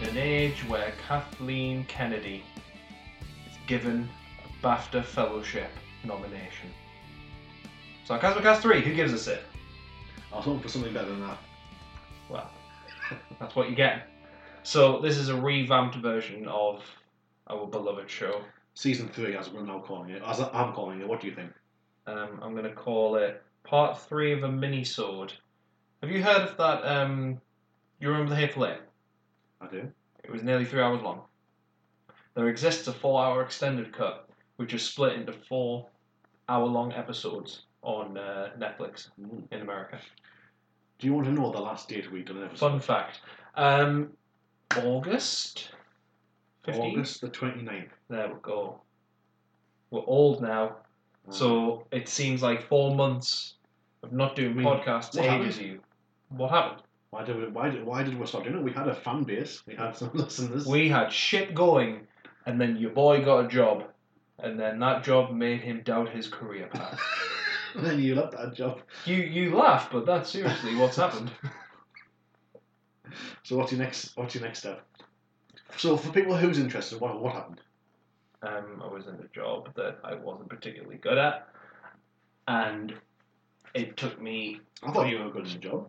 stage where Kathleen Kennedy is given a BAFTA Fellowship nomination. Sarcasmocast 3, who gives a shit? I was hoping for something better than that. Well, that's what you get. So this is a revamped version of our beloved show. Season three, as we're now calling it, as I'm calling it. What do you think? Um, I'm going to call it part three of a mini sword. Have you heard of that? Um, you remember the Hateful Eight? I do. It was nearly three hours long. There exists a four hour extended cut, which is split into four hour long episodes on uh, Netflix Mm. in America. Do you want to know the last date we've done an episode? Fun fact um, August 15th. August the 29th. There we go. We're old now, Mm. so it seems like four months of not doing I mean, podcasts what ages you. What happened? why did we, why did why did we stop doing it? We had a fan base. We had some listeners. We had shit going, and then your boy got a job, and then that job made him doubt his career path. then you left that job. you you laugh, but that's seriously what's happened. So what's your next? What's your next step? So for people who's interested, what what happened? Um, I was in a job that I wasn't particularly good at, and it took me. I thought you were good at the job.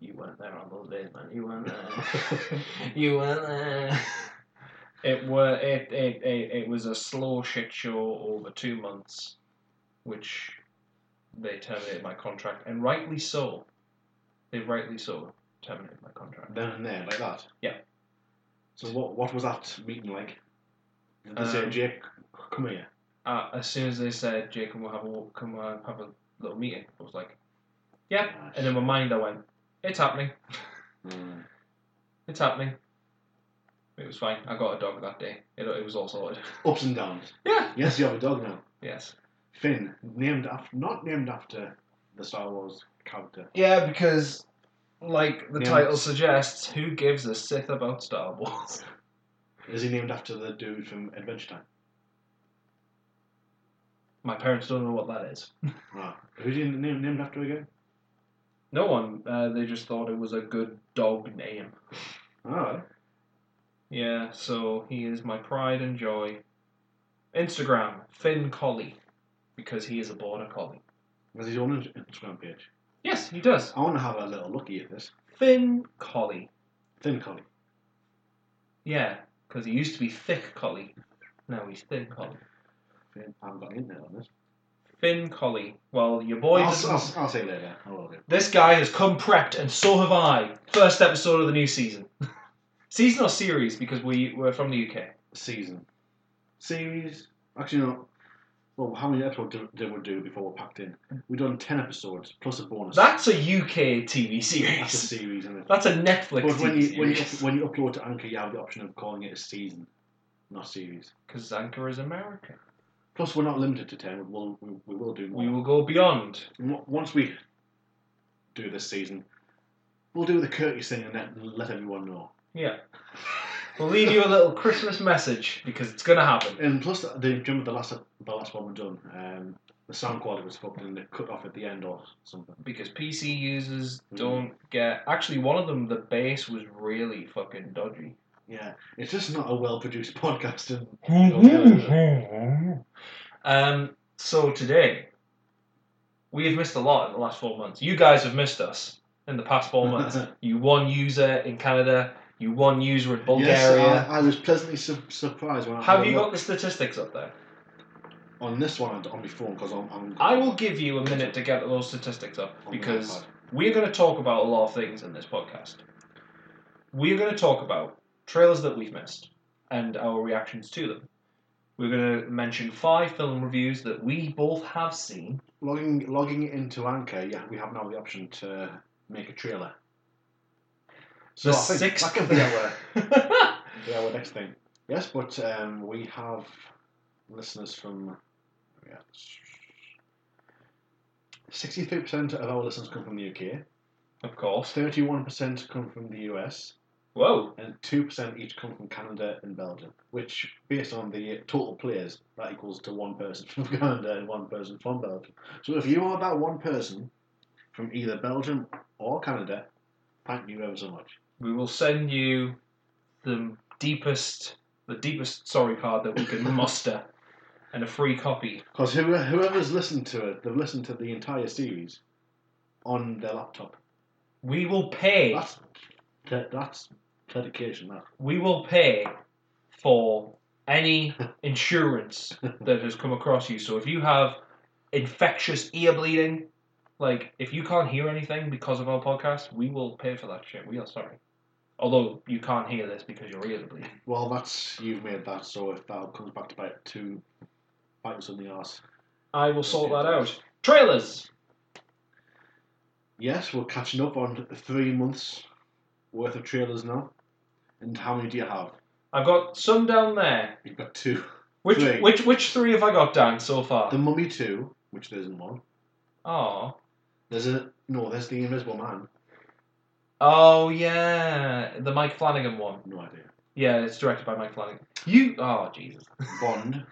You weren't there on those days, man. You weren't there. you weren't there. It were it, it, it, it was a slow shit show over two months, which they terminated my contract, and rightly so. They rightly so terminated my contract. then and there, like that. Yeah. So what what was that meeting like? Did they say, Um, Jake, c- come here? Uh, as soon as they said, "Jake, can we have a can we have a little meeting?" I was like, "Yeah," and in my mind I went, "It's happening. Mm. It's happening." It was fine. I got a dog that day. It, it was all sorted. Ups and downs. Yeah. Yes, you have a dog now. Yes. Finn, named after not named after the Star Wars character. Yeah, because, like the Yeah. title suggests, who gives a sith about Star Wars? Is he named after the dude from Adventure Time? My parents don't know what that is. Ah, who's he named, named after again? No one. Uh, they just thought it was a good dog name. Oh, Yeah, so he is my pride and joy. Instagram, Finn Collie, because he is a border collie. has his own in- Instagram page. Yes, he does. I want to have a little looky at this. Finn Collie. Thin collie. Yeah, because he used to be thick collie. Now he's thin collie. Finn, I haven't got the internet on this. Finn Collie. Well, your boy. I'll, doesn't- I'll, I'll say later. I will do. This guy has come prepped, and so have I. First episode of the new season. season or series, because we, we're from the UK. Season. Series. Actually, no. Well, how many episodes did, did we do before we're packed in? We've done 10 episodes, plus a bonus. That's a UK TV That's a series. series, isn't it? That's a Netflix But when TV you, when, you, series. when you upload to Anchor, you have the option of calling it a season, not series. Because Anchor is America. Plus, we're not limited to 10. We'll, we, we will do more. We will go beyond. Mo- Once we do this season, we'll do the courteous thing and let, let everyone know. Yeah. We'll leave you a little Christmas message because it's going to happen. And plus, the, do you remember the last the last one we've done? Um, the sound quality was fucked and it cut off at the end or something. Because PC users don't get. Actually, one of them, the bass was really fucking dodgy. Yeah, it's just not a well produced podcast. And um, so today, we have missed a lot in the last four months. You guys have missed us in the past four months. you one user in Canada, you one user in Yes, Bulgaria. I, I was pleasantly su- surprised when I have I you looked got the statistics up there? on this one on- on my phone because I'm, I'm I will give you a minute to get those statistics up on my because iPad. we're going to talk about a lot of things in this podcast. We're going to talk about trailers that we've missed and our reactions to them. We're going to mention five film reviews that we both have seen. logging logging into Anchor, yeah, we have now the option to make a trailer. So The I think sixth- that can be our be our next thing. Yes, but um, we have listeners from yeah, sixty three percent of our listeners come from the UK, of course. thirty one percent come from the US, Whoa. and two percent each come from Canada and Belgium, which, based on the total players, that equals to one person from Canada and one person from Belgium. So if you are that one person from either Belgium or Canada, thank you ever so much. We will send you the deepest, the deepest sorry card that we could muster, and a free copy. Because whoever's listened to it, they've listened to the entire series on their laptop. We will pay. That's that, that's dedication. That We will pay for any insurance that has come across you. So if you have infectious ear bleeding, like if you can't hear anything because of our podcast, we will pay for that shit. We are sorry. Although you can't hear this because your ears are bleeding. well, that's you've made that. So if that comes back to bite to bite us on the ass, I will sort that out. Trailers. yes, we're catching up on three months worth of trailers now. And how many do you have? I've got some down there. You've got two. Which Three. which which three have I got down so far? The Mummy Two, which there isn't one. Oh. There's a no. There's the Invisible Man. Oh yeah, the Mike Flanagan one. No idea. Yeah, it's directed by Mike Flanagan. You oh Jesus. Bond.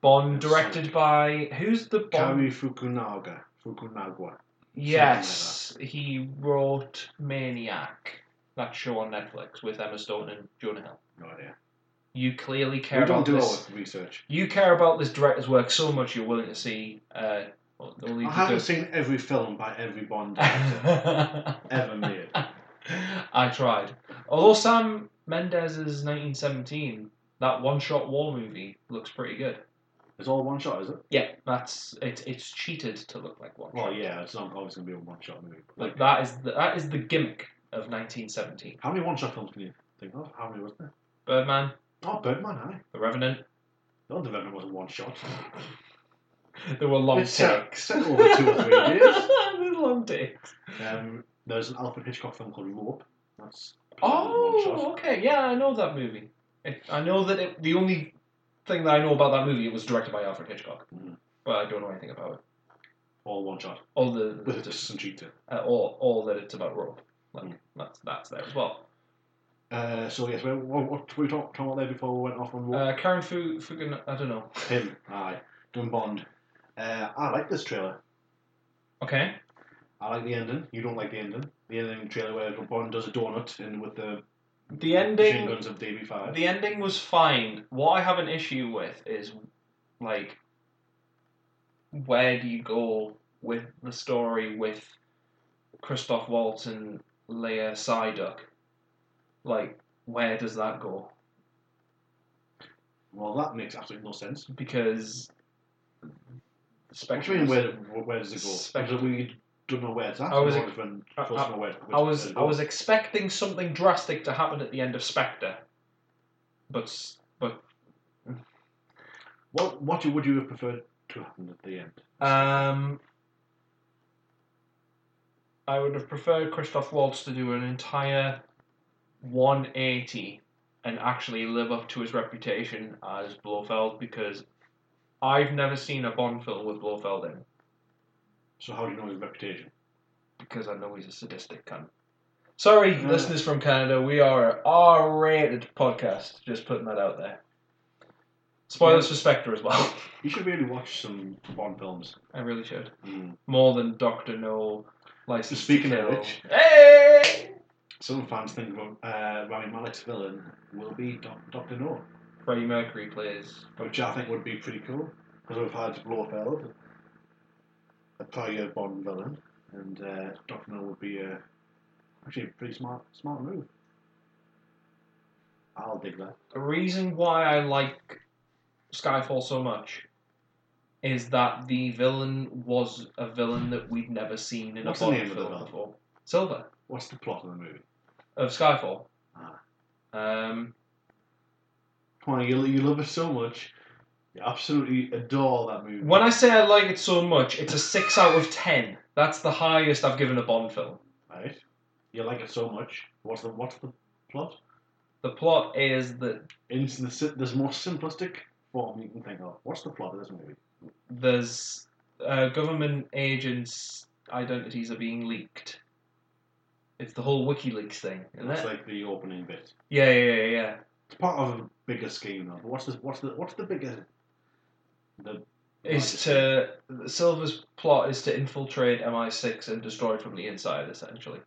Bond directed by who's the Bond? Kari Fukunaga. Fukunaga. Yes, he wrote Maniac, that show on Netflix with Emma Stone and Jonah Hill. No idea. You clearly care we don't about do this. our research. You care about this director's work so much you're willing to see. Uh, well, the lead I haven't seen every film by every Bond actor ever made. I tried. Although Sam Mendes's 1917, that one-shot war movie looks pretty good. It's all one shot, is it? Yeah, that's it's it's cheated to look like one. Well, shot. yeah, it's not always going to be a one shot movie. but, Like Like, that is the, that is the gimmick of 1917. how many one shot films can you think of? How many was there? Birdman, Oh, Birdman, aye. The Revenant. No, The Venom wasn't one shot. There were long It's set, takes. set over two or three years. There's long takes. Um, there's an Alfred Hitchcock film called Rope. That's one Oh, shot. okay. Yeah, I know that movie. It, I know that it, the only thing that I know about that movie it was directed by Alfred Hitchcock, Mhm. but I don't know anything about it. All one shot. All the With a just distance cheater. uh, all, all that it's about rope. Like Mm. that's that's there as well. Uh, so, yes, well, what, what were we talking about there before we went off on Rope? Uh, Karen Fu, Fugan, I don't know. Him, aye. Done Bond. Uh, I like this trailer. Okay. I like the ending. You don't like the ending. The ending trailer where Bond does a donut and with the The machine ending guns of DB5. the ending was fine. What I have an issue with is like where do you go with the story with Christoph Waltz and Leia Psyduck? Like, where does that go? Well, that makes absolutely no sense. Because the What do you mean, is- where, where does it go? Spectrum. Because we don't know where it's at. I was- we don't even I- first know where, I was where I was expecting something drastic to happen at the end of Spectre, but s- but What, what you- would you have preferred to happen at the end? Um, I would have preferred Christoph Waltz to do an entire 180 and actually live up to his reputation as Blofeld because I've never seen a Bond film with Blofeld in So, how do you know his reputation? because I know he's a sadistic cunt. Sorry, No. listeners from Canada, we are a R rated podcast. Just putting that out there. Spoilers for Spectre as well. You should really watch some Bond films. I really should. Mm. More than Doctor No, License Speaking to of Kill. which- hey, Some fans think of, uh, Rami Malek's villain will be Doc- Dr. No, Freddie Mercury plays. which I think would be pretty cool. Because we've had Blofeld, a prior Bond villain, and uh, Dr. No would be a, actually a pretty smart, smart move. I'll dig that. The reason why I like Skyfall so much is that the villain was a villain that we'd never seen in What's a the Bond name of the film villain? before. Silver What's the plot of the movie? of Skyfall. Ah. Um, Come on, you, you love it so much. You absolutely adore that movie. when I say I like it so much, it's a six out of ten. That's the highest I've given a Bond film. Right? You like it so much. What's the what's the plot? The plot is that In the si- this most simplistic form you can think of. What's the plot of this movie? there's uh, government agents' identities are being leaked. It's the whole WikiLeaks thing, isn't That's it? like the opening bit. yeah, yeah, yeah, yeah. It's part of a bigger scheme, though. But what's the what's the what's the bigger? The is to Silver's plot is to infiltrate MI6 and Hmm. uh, destroy it from the inside, essentially,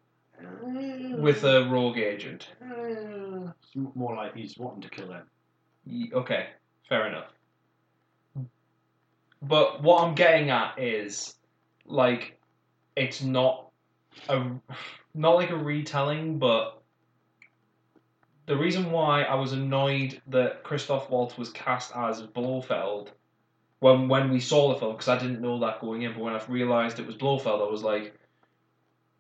with a rogue agent. It's m- more like he's wanting to kill them. Ye- Okay, fair enough. But what I'm getting at is, like, it's not a not like a retelling, but the reason why I was annoyed that Christoph Waltz was cast as Blofeld when when we saw the film because I didn't know that going in, but when I realised it was Blofeld, I was like,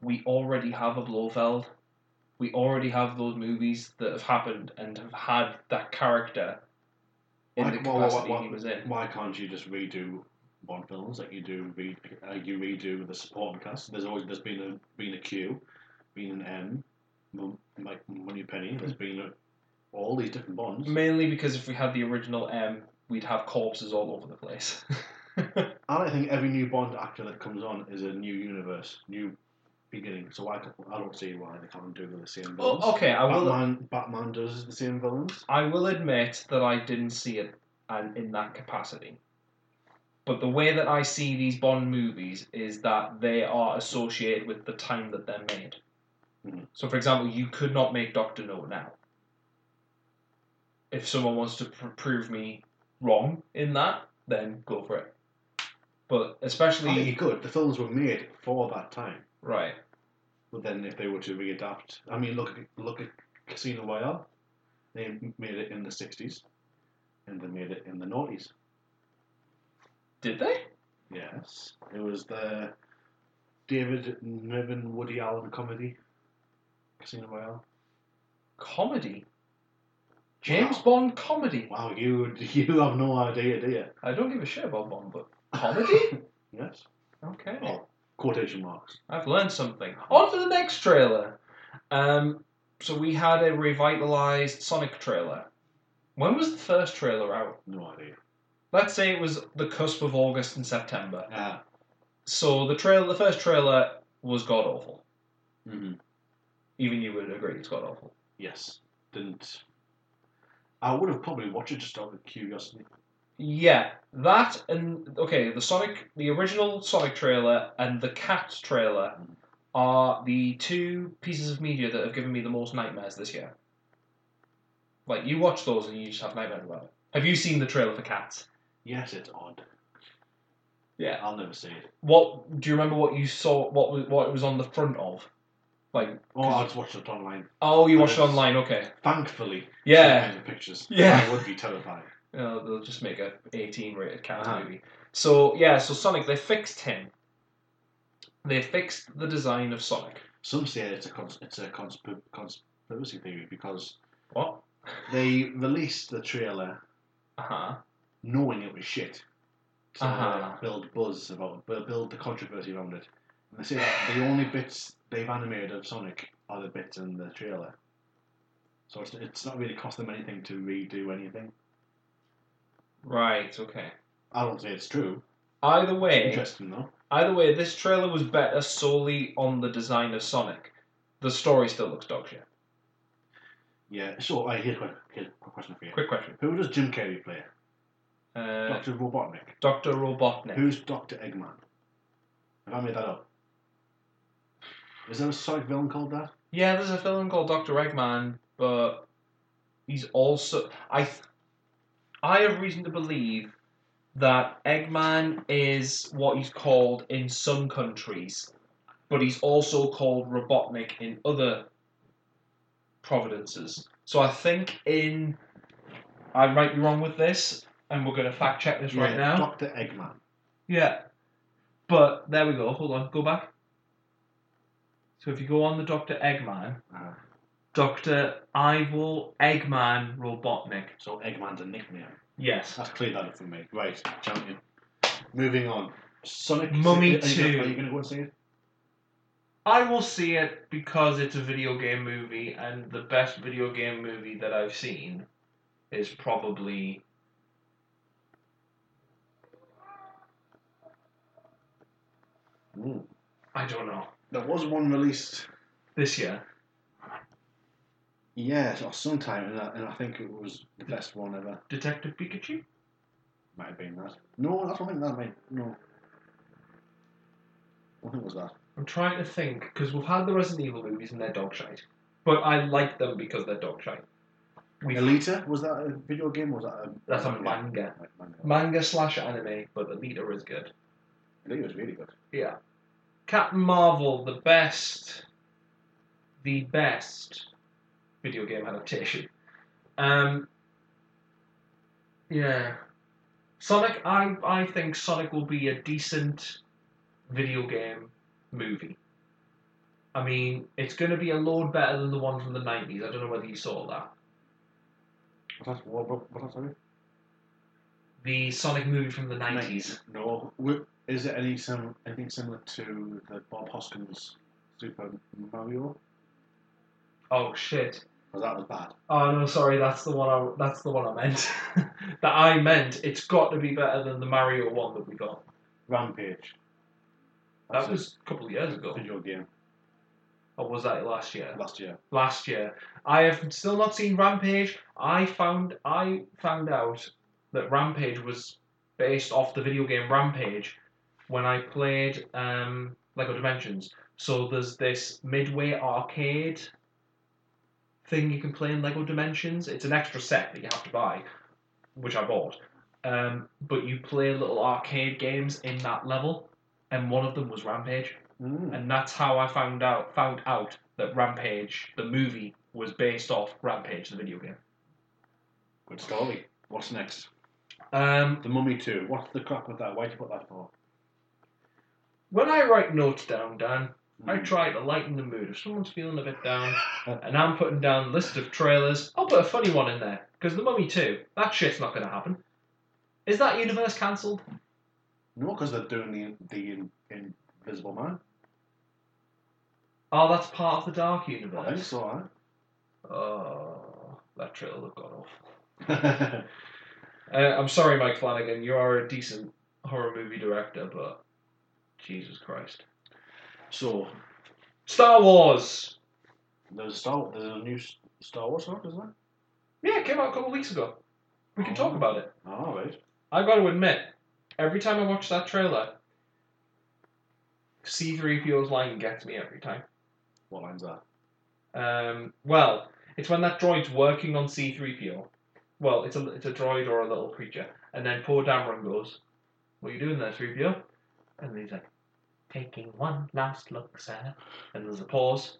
we already have a Blofeld. We already have those movies that have happened and have had that character in Like, the what- what- capacity what- he was in. Why can't you just redo Bond films like you do? Re- like you redo the supporting cast. There's always there's been a been a Q, been an M, Mon- like Money Penny. There's been a, all these different Bonds. Mainly because if we had the original M, we'd have corpses all over the place. And I think every new Bond actor that comes on is a new universe, new beginning. So I, c- I don't see why they can't do the same villains. well, Oh, okay, I will. Batman, Batman does the same villains. I will admit that I didn't see it and in that capacity. But the way that I see these Bond movies is that they are associated with the time that they're made. Mhm. So, for example, you could not make Doctor No now. If someone wants to pr- prove me wrong in that, then go for it. But I think you especially could. The films were made for that time. right, But then if they were to readapt, I mean, look at look at Casino Royale. They m- made it in the '60s, and they made it in the '90s. did they? Yes, it was the David Niven Woody Allen comedy, Casino Royale. Comedy. James Bond comedy. Wow, you you have no idea, do you? I don't give a shit about Bond, but comedy. Yes. okay. Oh, quotation marks. I've learned something. On to the next trailer. Um, so we had a revitalized Sonic trailer. When was the first trailer out? No idea. Let's say it was the cusp of August and September. Ah. So the trail, the first trailer was god awful. hmm Even you would agree it's god awful. Yes. Didn't. I would have probably watched it just out of curiosity. Yeah, that and okay, the Sonic, the original Sonic trailer and the Cat trailer are the two pieces of media that have given me the most nightmares this year. Like you watch those and you just have nightmares about it. Have you seen the trailer for Cats? Yes, it's odd. Yeah. I'll never see it. What do you remember? What you saw? What was what it was on the front of? Like Oh, I just watched it online. oh, you watched it Yes. online. Okay. Thankfully, Yeah. seeing the pictures. Yeah. I would be terrified. Uh, they'll just make a 18 rated cat Uh-huh. movie. So yeah, so Sonic they fixed him. They fixed the design of Sonic. Some say it's a cons- it's a consp- conspiracy theory because What? they released the trailer Uh huh. knowing it was shit to Uh-huh. build buzz about bu- build the controversy around it. And they say that the only bits they've animated of Sonic are the bits in the trailer. So it's, it's not really cost them anything to redo anything. Right. Okay. I don't say it's true. Either way, Interesting though. Either way, this trailer was better solely on the design of Sonic. The story still looks dog shit. Yeah. So I here's a quick, here's a quick question for you. Quick question. Who does Jim Carrey play? Uh, Doctor Robotnik. Dr. Robotnik. Who's Doctor Eggman? Have I made that up? Is there a Sonic villain called that? Yeah, there's a film called Dr. Eggman, but he's also. I, th- I have reason to believe that Eggman is what he's called in some countries, but he's also called Robotnik in other providences. So I think in. I might be wrong with this, and we're going to fact check this right now. Doctor Eggman. Yeah. But there we go. Hold on. Go back. So if you go on the Dr. Eggman, Ah. Dr. Ivo Eggman Robotnik. So Eggman's a nickname. Yes. That's cleared that up for me. Right, champion. Moving on. Sonic. Mummy are you gonna- 2. Are you going to go and see it? I will see it because it's a video game movie, and the best video game movie that I've seen is probably. Mm. I don't know. There was one released. This year. Yes, or sometime, and I, and I think it was the best one ever. Detective Pikachu? Might have been that. No, I don't think that might. No. I think it was that. I'm trying to think, because we've had the Resident Evil movies and they're dog shite. But I like them because they're dog shite. We Elita was that a video game? Or was that a That's a manga. Like, manga. manga slash anime, but Alita is good. Elita was really good. Yeah. Captain Marvel, the best, the best video game adaptation. Um, yeah. Sonic, I, I think Sonic will be a decent video game movie. I mean, it's going to be a load better than the one from the 90s. I don't know whether you saw that. What's that? What, what, what's that? Sorry? The Sonic movie from the 90s. No. Wi- Is there any sim- anything similar to the Bob Hoskins Super Mario? Oh, shit. Well, that was bad. Oh no, sorry, that's the one I that's the one I meant. that I meant it's got to be better than the Mario one that we got. Rampage. That's That was a couple of years a ago, video game or was that last year? last year. Last year, I have still not seen Rampage. I found I found out that Rampage was based off the video game Rampage when I played um, Lego Dimensions. So there's this midway arcade thing you can play in Lego Dimensions. It's an extra set that you have to buy, which I bought. Um, but you play little arcade games in that level, and one of them was Rampage, Mm. and that's how I found out found out that Rampage, the movie, was based off Rampage, the video game. Good story. What's next? Um, The Mummy 2. What's the crack with that? Why'd you put that for? when I write notes down, Dan, I Mm. try to lighten the mood. If someone's feeling a bit down, and I'm putting down a list of trailers, I'll put a funny one in there. Because The Mummy 2, that shit's not going to happen. Is that universe cancelled? No, because they're doing the, the in, Invisible Man. Oh, that's part of the Dark I think Universe. so, Oh, that trailer looked god awful. eh? Uh, I'm sorry, Mike Flanagan, you are a decent horror movie director, but Jesus Christ. so, Star Wars! there's a, Star, there's a new S- Star Wars one, isn't there? Yeah, it came out a couple of weeks ago. We can talk about it. All Ah, right. I've got to admit, every time I watch that trailer, C3PO's line gets me every time. What line's that? Um, well, it's when that droid's working on C3PO. Well, it's a, it's a droid or a little creature. And then poor Dameron goes, What are you doing there, 3PO? And he's like, Taking one last look, sir. And there's a pause.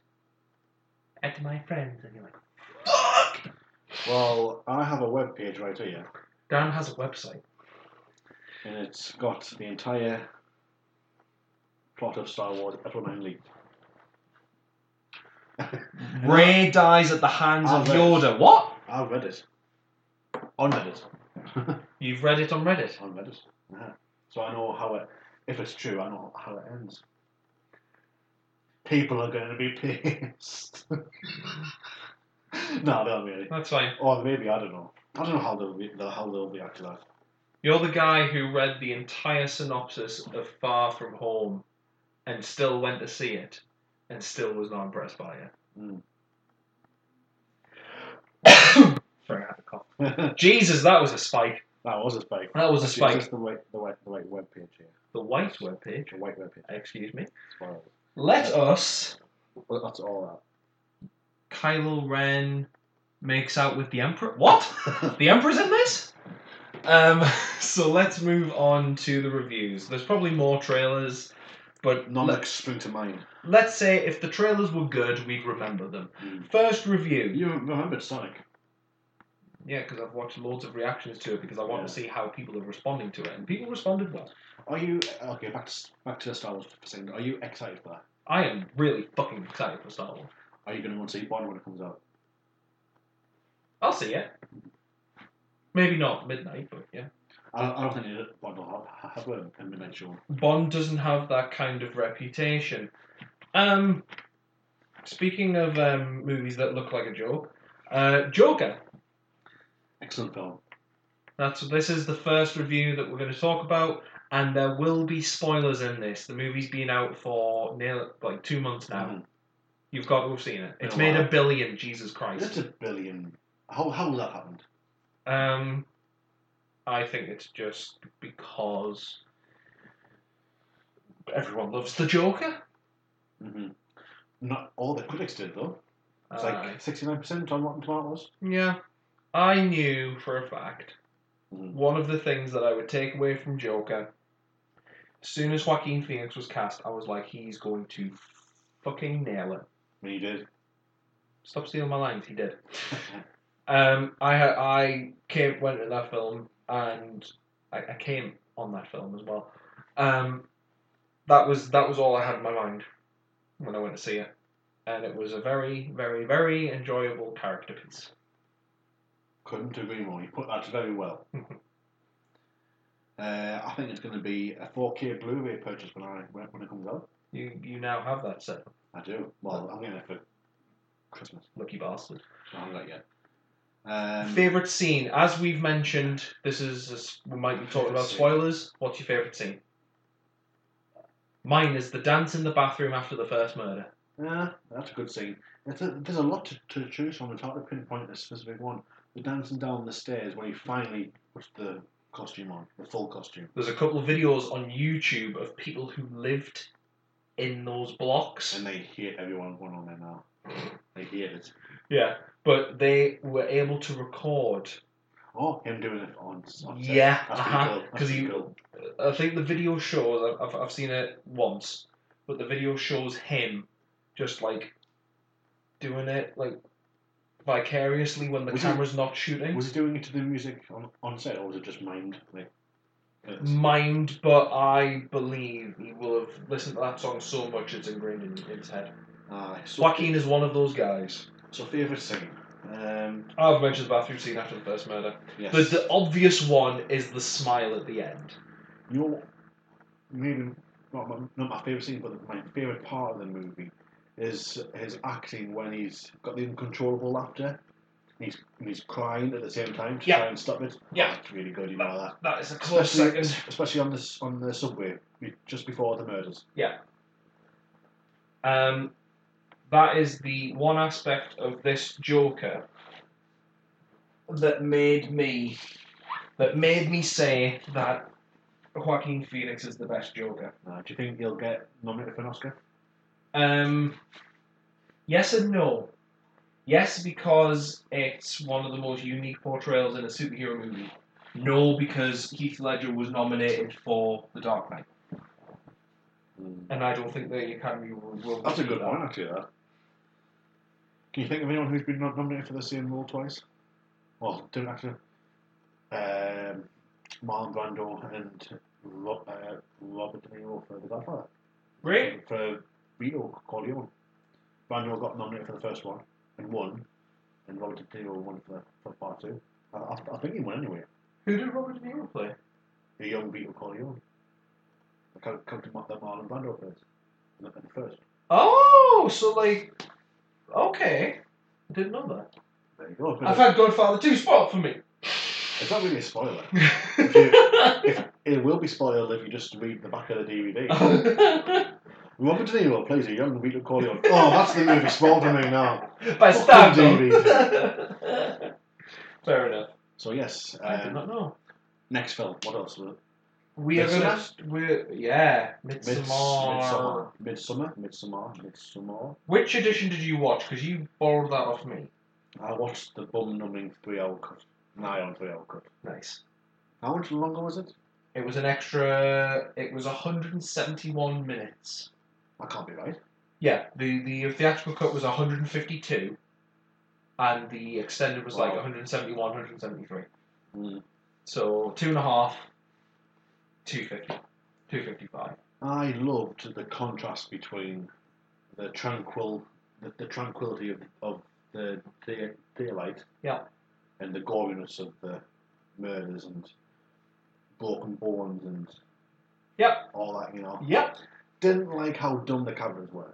At my friends. And you're like, Fuck! Well, I have a web page right here, Dan has a website. and it's got the entire plot of Star Wars Episode 9 leaked. Ray dies at the hands of I've read- Yoda. What? I read it. On Reddit. You've read it on Reddit. on Reddit. Yeah. So I know how it, if it's true, I know how it ends. People are going to be pissed. no, not really. That's fine. Or maybe I don't know. I don't know how they'll be, they'll- how they'll react to that. You're the guy who read the entire synopsis of Far From Home and still went to see it and still was not impressed by it. Hmm. Mm. Sorry, I had a cough. that Jesus, that was a spike. was a spike. That was a Actually, it's spike. just the white, the white, the white web page here. The white webpage. The white web page. Excuse me. Spoilers. Let us. Well, that's all Kylo Ren makes out with the Emperor. What? that. The Emperor's in this? Um, so let's move on to the reviews. There's probably more trailers, but None let- that spring to mind. Let's say if the trailers were good, we'd remember them. Mm. First review. You remembered Sonic? Yeah, because I've watched loads of reactions to it because I want Yeah. to see how people are responding to it, and people responded well. Are you okay? Back to back to Star Wars for a second. Are you excited for that? I am really fucking excited for Star Wars. Are you going to want to see Bond when it comes out? I'll see it. Maybe not midnight, but yeah. I don't, I don't think it- Bond will have, have a a midnight show. Bond doesn't have that kind of reputation. Um, speaking of um, movies that look like a joke, uh, Joker. Excellent film. That's this is the first review that we're going to talk about, and there will be spoilers in this. The movie's been out for nearly like two months now. Mhm. You've got to have seen it. It's Been a made a while. billion. Jesus It's Christ. a billion. How how has that happened? Um, I think it's just because everyone loves the Joker. Mm-hmm. Not all the critics did though. It's Uh, like sixty nine percent on Rotten Tomatoes. yeah, I knew for a fact Mhm. one of the things that I would take away from Joker. As soon as Joaquin Phoenix was cast, I was like, he's going to fucking nail it. When you did. Stop stealing my lines. He did. Um, I ha- I came went to that film and I, I came on that film as well. Um, that was that was all I had in my mind when I went to see it, and it was a very very very enjoyable character piece. Couldn't agree more. You put that very well. uh, I think it's going to be a 4K Blu-ray purchase when I when when it comes out. You you now have that set, I do. Well, I'm getting it for Christmas. lucky bastard. I haven't got it yet. Um, favorite scene, as we've mentioned, this is a s we might be talking about spoilers. What's your favorite scene? Mine is the dance in the bathroom after the first murder. Yeah, that's a good scene. It's a, there's a lot to, to choose from. It's hard to pinpoint a specific one. The dancing down the stairs when he finally puts the costume on, the full costume. There's a couple of videos on YouTube of people who lived in those blocks. And they hate everyone going on there now. They hate it. Yeah, but they were able to record. Oh, him doing it on, on set. Yeah, That's uh-huh, pretty cool. 'cause That's pretty he- cool. I think the video shows. I've, I've seen it once, but the video shows him just like doing it like vicariously when the Was he- camera's not shooting. Was he doing it to the music on, on set or was it just mimed? Like, it's- Mm. mind, but I believe he will have listened to that song so much it's ingrained in in his head. Aye, so, Joaquin is one of those guys. so favourite scene? Um, I've mentioned the bathroom scene after the first murder. yes. The, the obvious one is the smile at the end. you know, what? maybe not my, not my favorite scene, but my favorite part of the movie is his acting when he's got the uncontrollable laughter. and He's and he's crying at the same time to Yeah. try and stop it. Yeah. it's really good. You know that, That is a close especially second. especially on this on the subway be- just before the murders. Um, that is the one aspect of this Joker that made me that made me say that Joaquin Phoenix is the best Joker. Uh, do you think he'll get nominated for an Oscar? Um, yes and no. Yes, because it's one of the most unique portrayals in a superhero movie. No, because Heath Ledger was nominated for The Dark Knight, Hmm. and I don't think the Academy will. will That's a do good that. one, actually. That. Can you think of anyone who's been nom- nominated for the same role twice? Well, didn't actually. Um, Marlon Brando and Ro- uh, Robert De Niro for The Godfather. Really? For Vito Corleone. Brando got nominated for the first one and won, and Robert De Niro won for, for part two. I, I, I think he won anyway. Who did Robert De Niro play? The young Vito Corleone. The character character Mar- that Marlon Brando plays in the, in the first. Oh, so like, okay, I didn't know that. There you go. I've had Godfather two spot for me. It's not really a spoiler. oh, if, it will be spoiled if you just read the back of the DVD. Robert De Niro plays a young Vito Corleone. Oh, that's the movie spoiled for me now. By Fucking stabbed DVD. him. Fair enough. So yes, I did um, not know. next film. What else? Uh, Was it? We are gonna. We're, yeah, Midsommar. Mids- Midsummer. Midsummer. Midsummer. Midsummer. Which edition did you watch? Because you borrowed that off me. I watched the bum-numbing three-hour cut. Nine-hour three-hour cut. Nice. How much longer was it? It was an extra. It was 171 minutes. I can't be right. Yeah, the, the theatrical cut was 152, and the extended was like Wow. 171, 173. Mm. So two and a half, 250, 255. I loved the contrast between the tranquil, the, the tranquility of, of the day, daylight, Yeah. and the goriness of the murders and broken bones and Yep. all that. You know, Yep. didn't like how dumb the cameras were.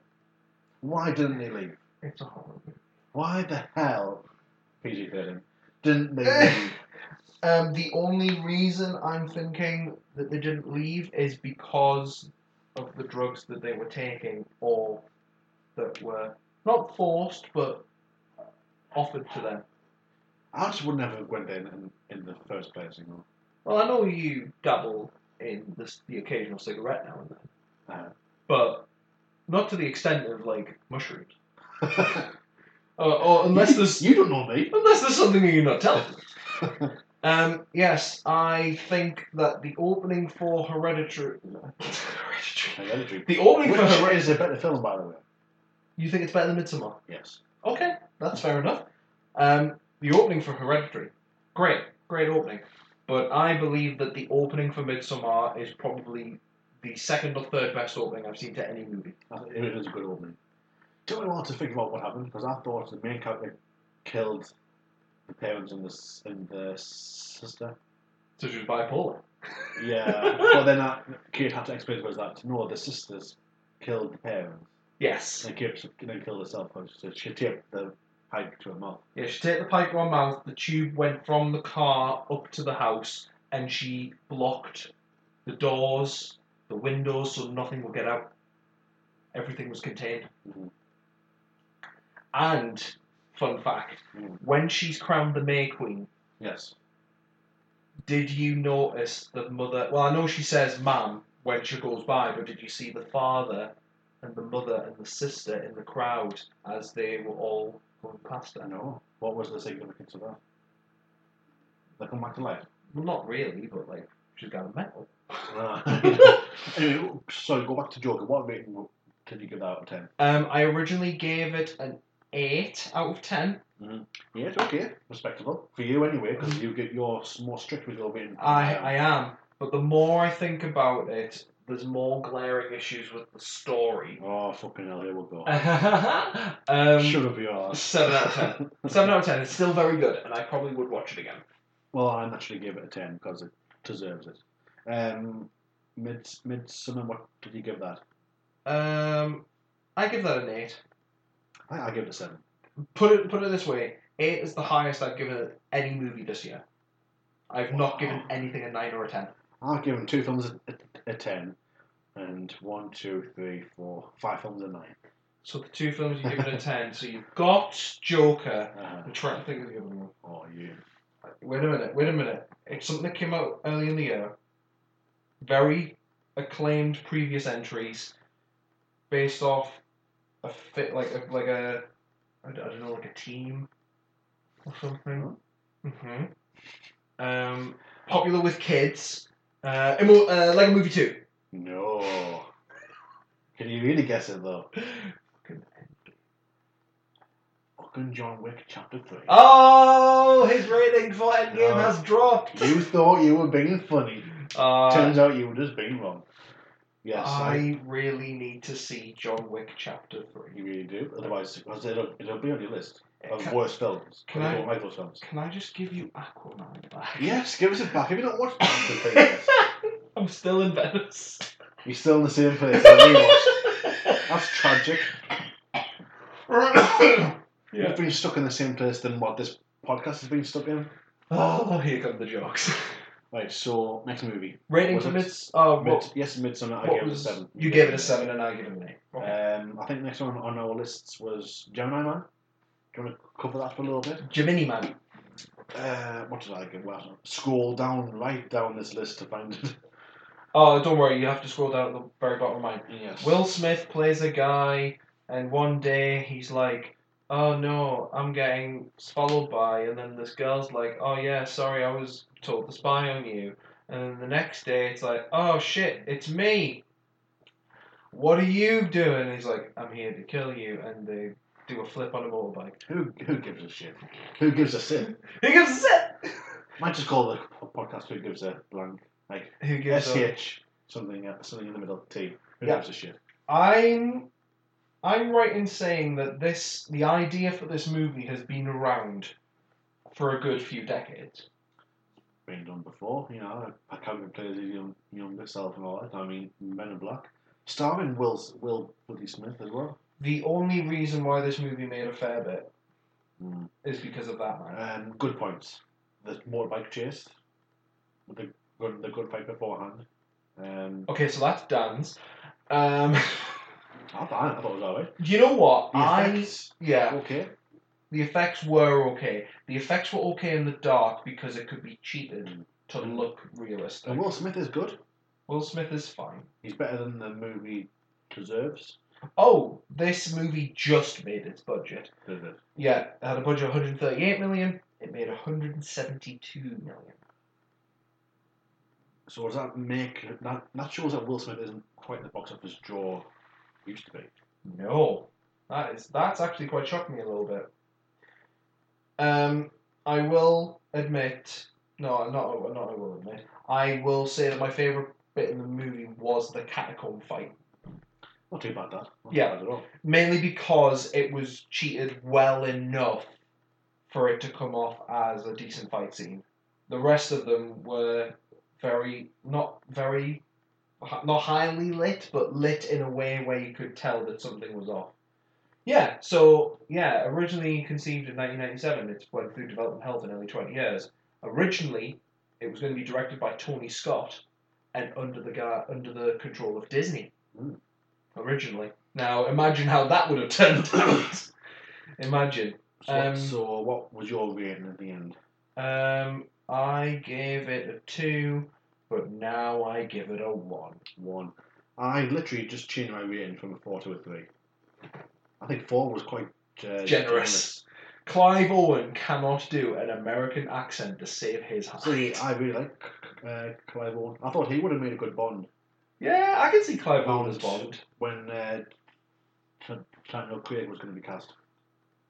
Why didn't they leave? It's a horror movie. Why the hell, PG thirteen, didn't they leave? Um, the only reason I'm thinking that they didn't leave is because of the drugs that they were taking or that were not forced but offered to them. I just would never have went in in, in the first place. You know, Well, I know you dabble in this, the occasional cigarette now and then, Uh, but not to the extent of like mushrooms. Or, Uh, or unless there's You don't know me. Unless there's something you cannot tell. um, yes, I think that the opening for Hereditary. Hereditary- Hereditary. The opening Which for Hereditary. is a better film, by the way. You think it's better than Midsummer? Yes. Okay, that's fair enough. Um, the opening for Hereditary. Great, great opening. But I believe that the opening for Midsummer is probably the second or third best opening I've seen to any movie. I think It is a good opening. Took me a while to figure out what happened because I thought the main character killed the parents and the, s- and the sister. So she was bipolar. Yeah. but then I, Kate had to explain to us that no, the sisters killed the parents. Yes. And Kate then killed herself. So she taped the pipe to her mouth. Yeah, she took the pipe to her mouth, the tube went from the car up to the house, and she blocked the doors, the windows, so nothing would get out. Everything was contained. Mhm. And, fun fact, Mhm. when she's crowned the May Queen, Yes. did you notice the mother? Well, I know she says ma'am when she goes by, but did you see the father and the mother and the sister in the crowd as they were all going past I her? know. What was the significance of that? They come back to life. Well, not really, but like, she's got a medal. Ah. anyway, sorry, go back to Joker. What rating can you give that out of 10? Um, I originally gave it an eight out of ten. Yeah, it's okay. Respectable. For you, anyway, because you get, you're s- more strict with your rating. I I am, but the more I think about it, there's more glaring issues with the story. Oh, fucking hell, here we go. um, Shut up your arse. Seven out of ten. Seven out of ten. It's still very good, and I probably would watch it again. Well, I naturally gave it a 10 because it deserves it. Um, mid Midsummer, what did you give that? Um, I give that an eight. I, I gave it a 7. Put it put it this way: eight is the highest I've given any movie this year. I've not given anything a nine or a ten. I've given two films a, a, a 10, and one, two, three, four, five films a 9. So the two films you've given a ten. So you've got Joker. Uh, I'm trying to think of the other one. oh, you. Wait a minute, wait a minute. It's something that came out early in the year. Very acclaimed previous entries, based off a fit like a, like a I d- I don't know like a team or something. Mhm. Um, popular with kids. Uh, emo- uh, like a movie too. No. Can you really guess it though? Fucking John Wick Chapter 3. Oh, his rating for Endgame No. has dropped. You thought you were being funny. Uh, Turns out you were just being wrong. Yes, I, I really need to see John Wick Chapter Three. you really do. Otherwise, because it'll, it'll be on your list of Can, worst films. can you I- don't like those films. can I just give you Aquaman back? Yes, give us it back. Have you not watched Chapter 3 yet? I'm still in Venice. You're still in the same place that we watched. That's tragic. You've been stuck in the same place than what this podcast has been stuck in. Oh, here come the jokes. Right, so next movie. Rating Was for it Mids. Oh, Mid, what, yes, Midsummer. I what gave it a was- seven. You gave it a seven, and I give it an eight. Okay. Um, I think next one on our lists was Gemini Man. Do you want to cover that for a little bit? Gemini Man. Uh, what did I get? Well, I don't- scroll down, right down this list to find it. Oh, don't worry. You have to scroll down at the very bottom of mine. yes. Will Smith plays a guy, and one day he's like, "Oh no, I'm getting followed by," and then this girl's like, "Oh yeah, sorry, I was told to spy on you," and then the next day it's like, "Oh shit, it's me." What are you doing? He's like, "I'm here to kill you," and they do a flip on a motorbike. Who who gives a shit? Who gives a shit? Who gives a shit? Might just call the po- podcast "Who Gives a Blank." Like Who gives a? sh something uh, something in the middle T. Who Yeah. gives a shit? I'm I'm right in saying that this the idea for this movie has been around for a good few decades. Been done before, you know. I can't even play as his young, younger self and all that. I mean, Men in Black, starring Will S- Will Bloody Smith as well. The only reason why this movie made a fair bit Mm. is because of that man. Um, good points. The motorbike chase, with the good, the good fight beforehand. Um, Okay, so that's Dan's. Um, I, thought, I thought it was alright. do you know what? The effects, I yeah, okay. the effects were okay. The effects were okay in the dark because it could be cheated to Mm. look realistic. And Will Smith Uh, is good. Will Smith is fine. He's better than the movie deserves. Oh, this movie just made its budget. Did it? Yeah, it had a budget of 138 million. It made 172 million. So does that make that that shows that Will Smith isn't quite the box office draw he used to be? No, that is that's actually quite shocked me a little bit. Um, I will admit, no, not not I will admit. I will say that my favorite bit in the movie was the catacomb fight, Not too bad that. Not Yeah. Too bad at all. mainly because it was cheated well enough for it to come off as a decent fight scene. The rest of them were very not very not highly lit, but lit in a way where you could tell that something was off. Yeah, so yeah, originally conceived in 1997, it's went through development hell for nearly 20 years. Originally, it was going to be directed by Tony Scott and under the gar- under the control of Disney. Mm. Originally, now imagine how that would have turned out. imagine. So, Um, so what was your rating at the end? Um, I gave it a two, but now I give it a one. One. I literally just changed my rating from a four to a three. I think four was quite uh, Clive Owen cannot do an American accent to save his hat. See, I really like uh, Clive Owen. I thought he would have made a good Bond yeah, I can see Clive Owen as Bond. Bond. when uh, Tra- Daniel Craig was going to be cast.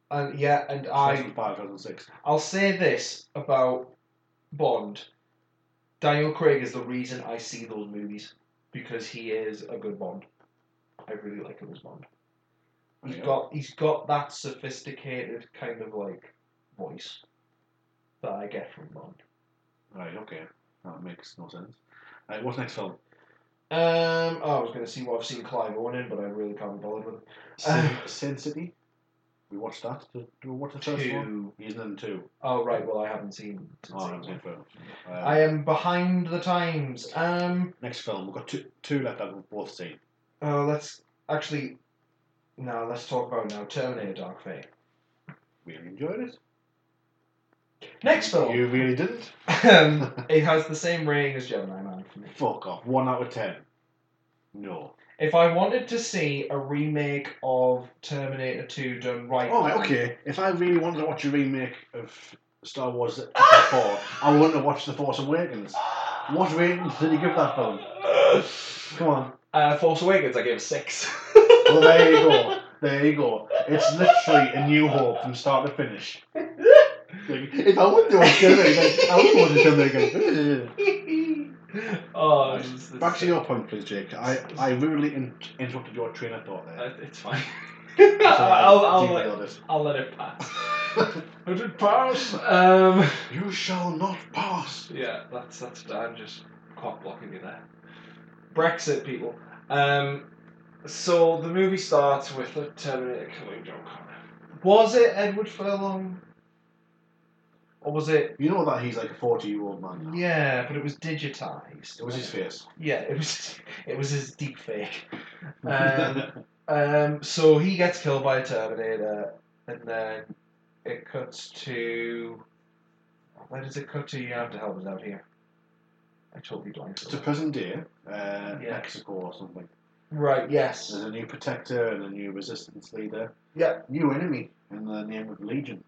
And yeah, and I 2005, 2006. I'll say this about Bond. Daniel Craig is the reason I see those movies because he is a good Bond. I really like him as Bond. He's Yeah. got he's got that sophisticated kind of like voice that I get from Bond. Right, okay. That makes no sense. Right, what's next film? Um, oh, I was going to see what I've seen Clive Owen in, but I really can't be bothered with it. Sin, Uh, Sin City. We watched that. Did did we watch the first one? Two. He's in two. Oh, right. Well, I haven't seen. Oh, I haven't seen seen- the film. Uh, I am behind the times. Um, next film. We've got two, two left that we've both seen. oh, let's actually. No, let's talk about now Terminator Dark Fate. Really enjoyed it. Next film. You really didn't? Um, it has the same rating as Gemini Man for me. Fuck off. One out of ten. No. If I wanted to see a remake of Terminator 2 done right, All right, Oh, okay. If I really wanted to watch a remake of Star Wars Episode Four, I wouldn't have watched The Force Awakens. What rating did you give that film? Come on. Uh, Force Awakens, I gave a six. Well, there you go. There you go. It's literally a new hope from start to finish. Like, if I wouldn't watch Terminator, then I wouldn't watch Terminator. oh, this is- Back to your point, please, Jake. I, I rudely in- interrupted your train of thought Uh, there. It's fine. I'll, I'll, let, Derailed it. I'll let it pass. let it pass. Um, You shall not pass. yeah, that's that's. I'm just cock blocking you there. Brexit people. Um, so the movie starts with the Terminator killing John Connor. Was it Edward Furlong? Or was it? You know that he's like a 40 year old man now. Yeah, but it was digitized. It was his face. Yeah, it was. It was his deep fake. Um, Um, so he gets killed by a Terminator, and then it cuts to. Where does it cut to? You have to help us out here. I totally blanked. it's a present day, uh, Yeah. Mexico or something. Right. Yes. There's a new protector and a new resistance leader. Yeah. New enemy in the name of Legion.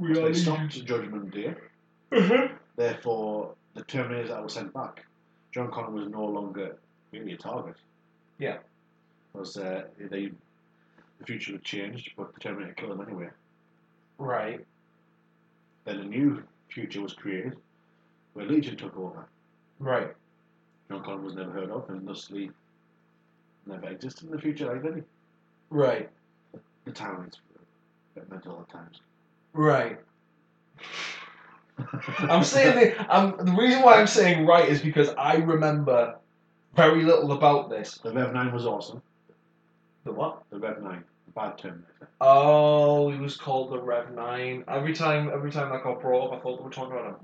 We they stopped Judgment Day. Therefore, the Terminators that were sent back, John Connor was no longer really a target. Yeah. Because uh, they, the future had changed, but the Terminator killed them anyway. Right. Then a new future was created, where Legion took over. Right. John Connor was never heard of, and thusly never existed in the future like did he? Right. The tyrants that meant all the times. Right. I'm saying the, I'm, the reason why I'm saying right is because I remember very little about this. the Rev Nine was awesome. The what? The Rev Nine, the bad Terminator. Oh, he was called the Rev Nine. Every time, every time that got brought up, I thought we were talking about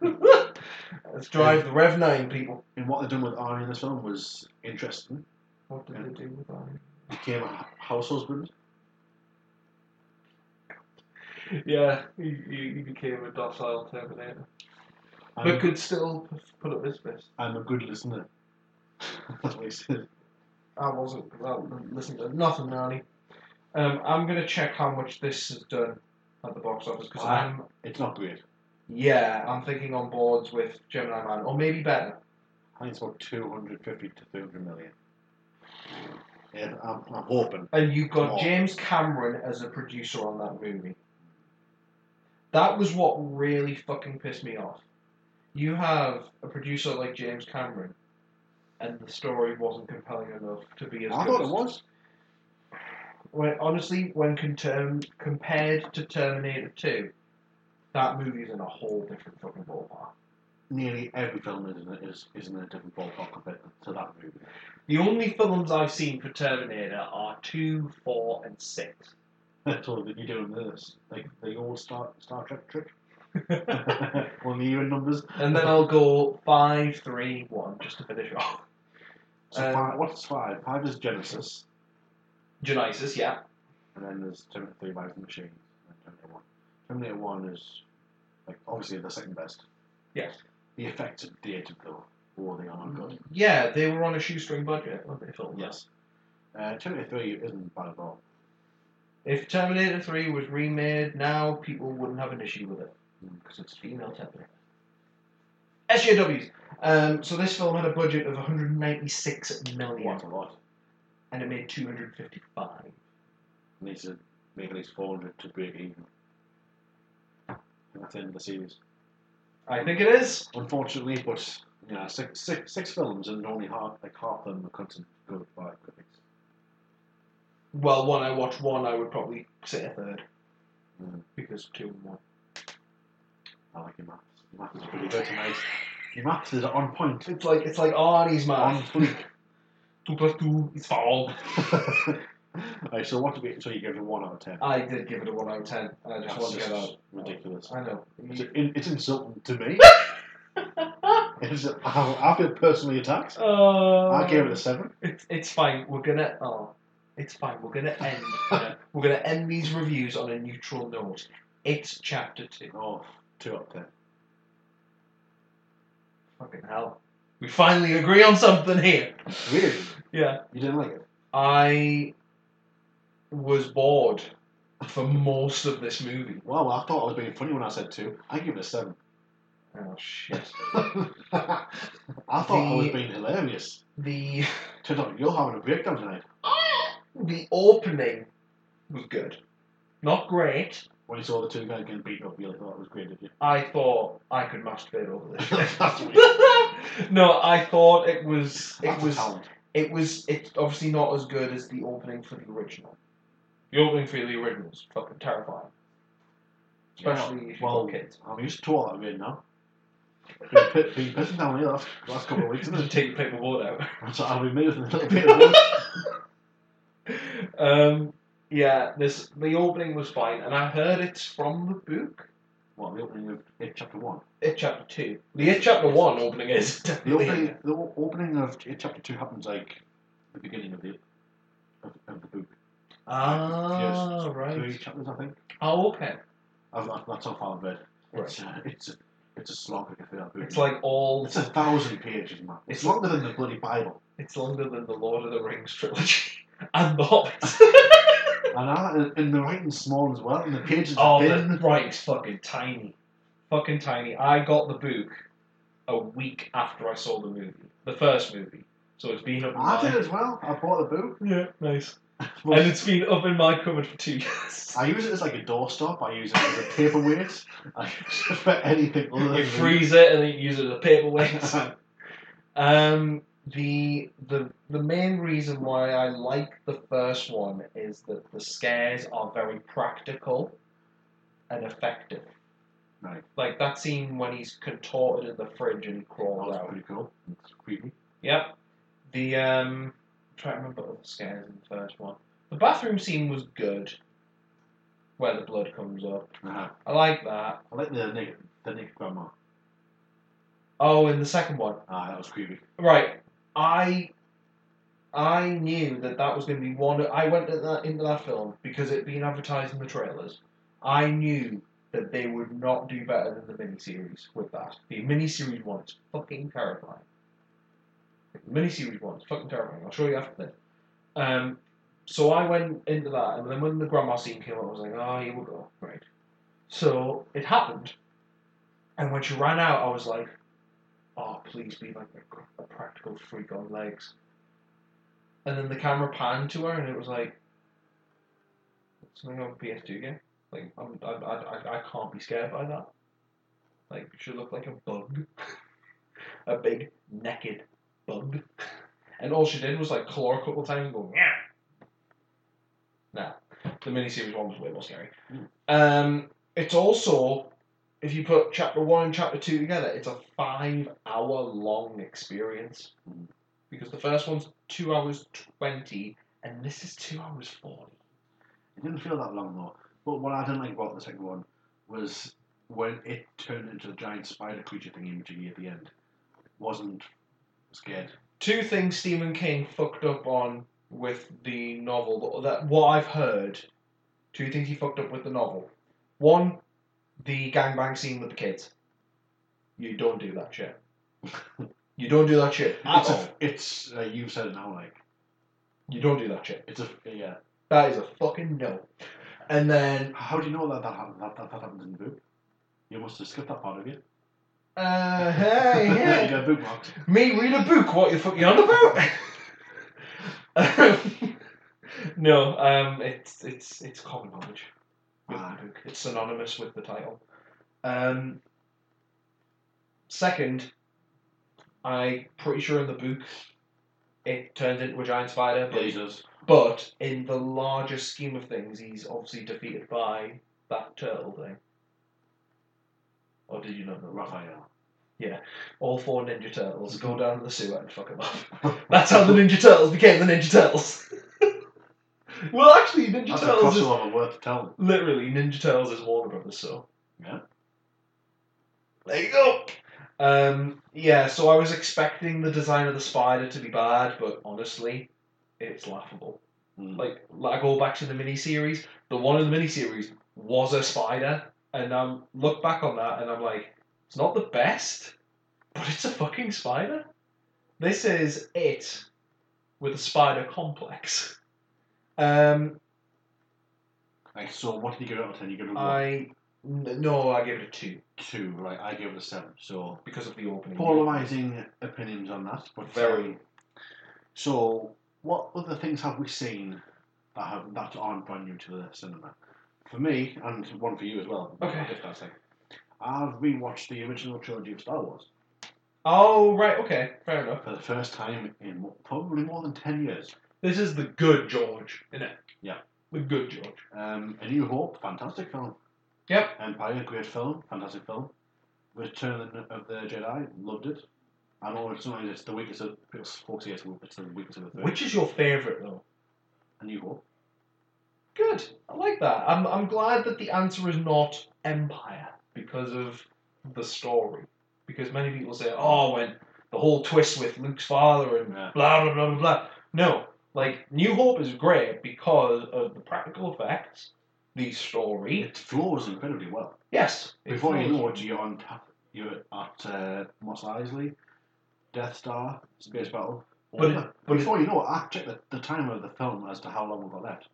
a motorbike. Let's drive the Rev Nine, people. and what they done with Arnie in this film was interesting. What did they do with that? became a house husband. Yeah, he, he, he became a docile Terminator, I'm, but could still p- put up his fist. I'm a good listener. That's what he said. I wasn't well, listening to nothing really. Um, I'm gonna check how much this has done at the box office because Wow. I'm It's not great. yeah I'm thinking on boards with Gemini Man or maybe better. I think it's about 250 to 300 million. Yeah, I'm, I'm hoping. And you've got Come on. James Cameron as a producer on that movie. That was what really fucking pissed me off. You have a producer like James Cameron, and the story wasn't compelling enough to be as I good. thought it as- was. When, honestly, when contem- compared to Terminator 2, that movie's in a whole different fucking ballpark. Nearly every film is in a, is, is in a different ballpark compared to that movie. The only films I've seen for Terminator are 2, 4, and 6. That's all that you're doing this. Like the old Star, Star Trek trick. One of the even numbers. And then I'll go 5, 3, 1, just to finish off. So Um, five, what's five? Five is Genesis, Genesis, yeah. and then there's Terminator 3, Rise of the Machine, and Terminator 1. Terminator 1 is, like, obviously the second best. Yes. The effects are dated, though. Oh, they Mm-hmm. are not good. Yeah, they were on a shoestring budget when they filmed Yes. Uh, Terminator 3 isn't bad at all. that. If Terminator 3 was remade now, people wouldn't have an issue with it. Because it's female Terminator. SJWs. Um, so this film had a budget of 196 million Quite a lot. and it made 255. Needs to make at least 400 to break even. And That's the end of the series. I think it is. Unfortunately, but yeah, six, six, six films and only half like half of them are considered good by critics. Well, when I watch one, I would probably say a third. Mm. Because two and one. I like your maths. Your maths is pretty good tonight. Your maths is on point. It's like it's like Arnie's On man. fleek. Two plus two is four. Alright, so what do we? So you give it a one out of ten. I did give it a one out of ten. I Oh, just That's want to get out. ridiculous. I know. It's, in, it's insulting to me. it's, I, I feel personally attacked. Uh, I gave it a seven. It's, it's fine. We're gonna. Oh, it's fine. We're gonna end. uh, we're gonna end these reviews on a neutral note. It's chapter two. Oh, two up there. Fucking hell. We finally agree on something here. Really? Yeah. You didn't like it? I was bored for most of this movie. Wow, I thought I was being funny when I said two. I give it a seven. Oh shit. I thought I was The- being hilarious. The Turns out you're having a breakdown tonight. the opening was good. Not great. When you saw the two guys getting beat up, you like, oh, that was great, did you? I thought I could masturbate over this. shit. That's weird. no, I thought it was it That's a was talent. it was it's obviously not as good as the opening for the original. The opening for the original is fucking terrifying, especially if you've well, got kids. I'm used to all that rain now. Been pi- been pissing down here last, last couple of weeks, Just isn't it? take your paper wallet out. That's what I've been moving a little bit. of wood. Um, yeah, this the opening was fine, and I heard it's from the book. what, the opening of It Chapter 1? It chapter two. The it chapter one opening is The definitely. opening, the o- opening of It Chapter 2 happens like the beginning of the, of, of the book. Ah, Yes, Three right. chapters, I think. Oh, okay. I've, that- that's how far I've read. It's, Right. uh, it's, a, it's a slog if you that book. It's like all. It's a thousand pages, man. It's, It's- longer than the bloody Bible. It's longer than the Lord of the Rings trilogy and the Hobbit. And, I, and- and the writing's small as well, and the pages Oh, are thin. the writing's fucking tiny. Fucking tiny. I got the book a week after I saw the movie. The first movie. So it's been up in I did my... as well. I bought the book. Yeah, nice. Well, And it's been up in my cupboard for two years. I use it as like a doorstop. I use it as a paperweight. I use it for anything other than You freeze it and then you use it as a paperweight. reading. um, the the the main reason why I like the first one is that the scares are very practical and effective. Right. Like that scene when he's contorted in the fridge and he That crawls was out. pretty cool. It's creepy. Yep. The um I'm trying to remember what the scares in the first one. The bathroom scene was good. Where the blood comes up. Uh-huh. I like that. I like the naked, the naked grandma. Oh, in the second one. Ah, that was creepy. Right. I I knew that that was going to be one of- I went to that, into that film because it'd been advertised in the trailers. I knew that they would not do better than the miniseries with that. The miniseries one is fucking terrifying. The miniseries one is fucking terrifying. I'll show you after this. Um, so I went into that, and then when the grandma scene came up, I was like, oh, here we go. Right. So it happened, and when she ran out, I was like, oh, please be like a, gr- a practical freak on legs. And then the camera panned to her, and it was like, something on PS2 game. Like, I'm, I, I, I- I can't be scared by that. Like, she looked like a bug. a big, naked bug. And all she did was like claw a couple of times and go, yeah. Nah. The miniseries one was way more scary. Mm. Um, it's also, if you put chapter one and chapter two together, it's a five hour long experience. Mm. Because the first one's two hours 20, and this is two hours 40. It didn't feel that long though. But what I didn't like about the second one was when it turned into the giant spider creature thingy thingy at the end. Wasn't scared. two things Stephen King fucked up on with the novel that what I've heard. Two things he fucked up with the novel. One, the gangbang scene with the kids. You don't do that shit. you don't do that shit at it's all. a, it's uh, you've said it now like You don't do that shit. it's a yeah. That is a fucking no. And then How do you know that that happened? That, that, that happened in the book. You must have skipped that part of it. uh, hey, you yeah. got bookmarked. me read a book. What you fuck you on about? Um, no, um, it's it's it's common knowledge. with Ah. the book. It's synonymous with the title. Um, second, I'm pretty sure in the book it turns into a giant spider, Yeah, but, he does. but in the larger scheme of things, he's obviously defeated by that turtle thing. Or did you not know? Raphael. all four Ninja Turtles go down to the sewer and fuck them up. That's how the Ninja Turtles became the Ninja Turtles. well, actually, Ninja That's a Turtles is crossover worth telling. literally Ninja Turtles is Warner Brothers, so Yeah. there you go. Um, yeah, so I was expecting the design of the spider to be bad, but honestly, it's laughable. Mm. Like, like I go back to the miniseries. The one in the miniseries was a spider, and um, look back on that, and I'm like, it's not the best, but it's a fucking spider. This is it with a spider complex. Um, Like, so what did you give it out of ten? You gave it one, I n- no, I gave it a two two, right? I gave it a seven. So because of the opening. polarizing opinions on that, but Very. So, what other things have we seen that have that aren't brand new to the cinema? For me, and one for you as well. Okay. If that's like, I've rewatched the original trilogy of Star Wars Oh right, okay, fair enough. for the first time in probably more than ten years. This is the good George, isn't it? Yeah. the good George. Um, A New Hope, fantastic film. Yep. Empire, great film, fantastic film. Return of the Jedi, loved it. I know it's sometimes it's the weakest of folks say it's the- it's the weakest of the three. Which is your favourite though? A New Hope. Good. I like that. I'm, I'm glad that the answer is not Empire because of the story. Because many people say, oh, when the whole twist with Luke's father and Yeah. blah, blah, blah, blah, blah. No. Like, New Hope is great because of the practical effects, the story. It flows incredibly well. Yes. it Before you follows. know it, you're on tap. You're at uh, Mos Eisley, Death Star, space battle. But it- Oh, yeah. but it- before you know it, I checked the, the time of the film as to how long we've got left.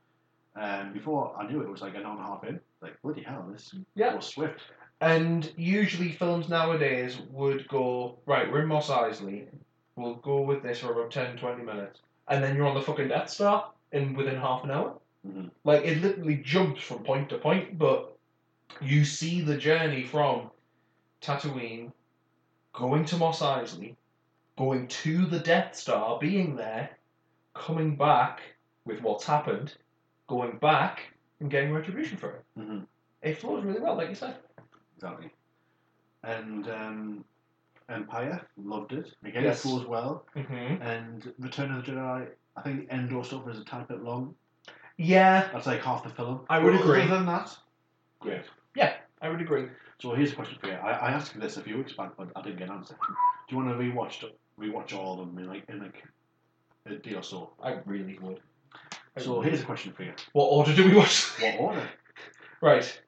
And before I knew it, it was like an hour and a half in. Like bloody hell, this Yeah. was swift. And usually films nowadays would go, right, we're in Moss Eisley, we'll go with this for about 10, 20 minutes, and then you're on the fucking Death Star in within half an hour. Mhm. Like, it literally jumps from point to point, but you see the journey from Tatooine, going to Moss Eisley, going to the Death Star, being there, coming back with what's happened, going back and getting retribution for it. Mm-hmm. It flows really well, like you said. Exactly. And um, Empire loved it. Again, Yes. it flows well. Mm-hmm. And Return of the Jedi. I think Endor stuff is a tad bit long. Yeah, That's like half the film. I would But agree. Other than that, great. I would agree. So here's a question for you. I, I asked you this a few weeks back, but I didn't get an answer. Do you want to rewatch th- rewatch all of them in like in like a day or so? I really would. Um, So here's a question for you. what order do we watch? What order? right,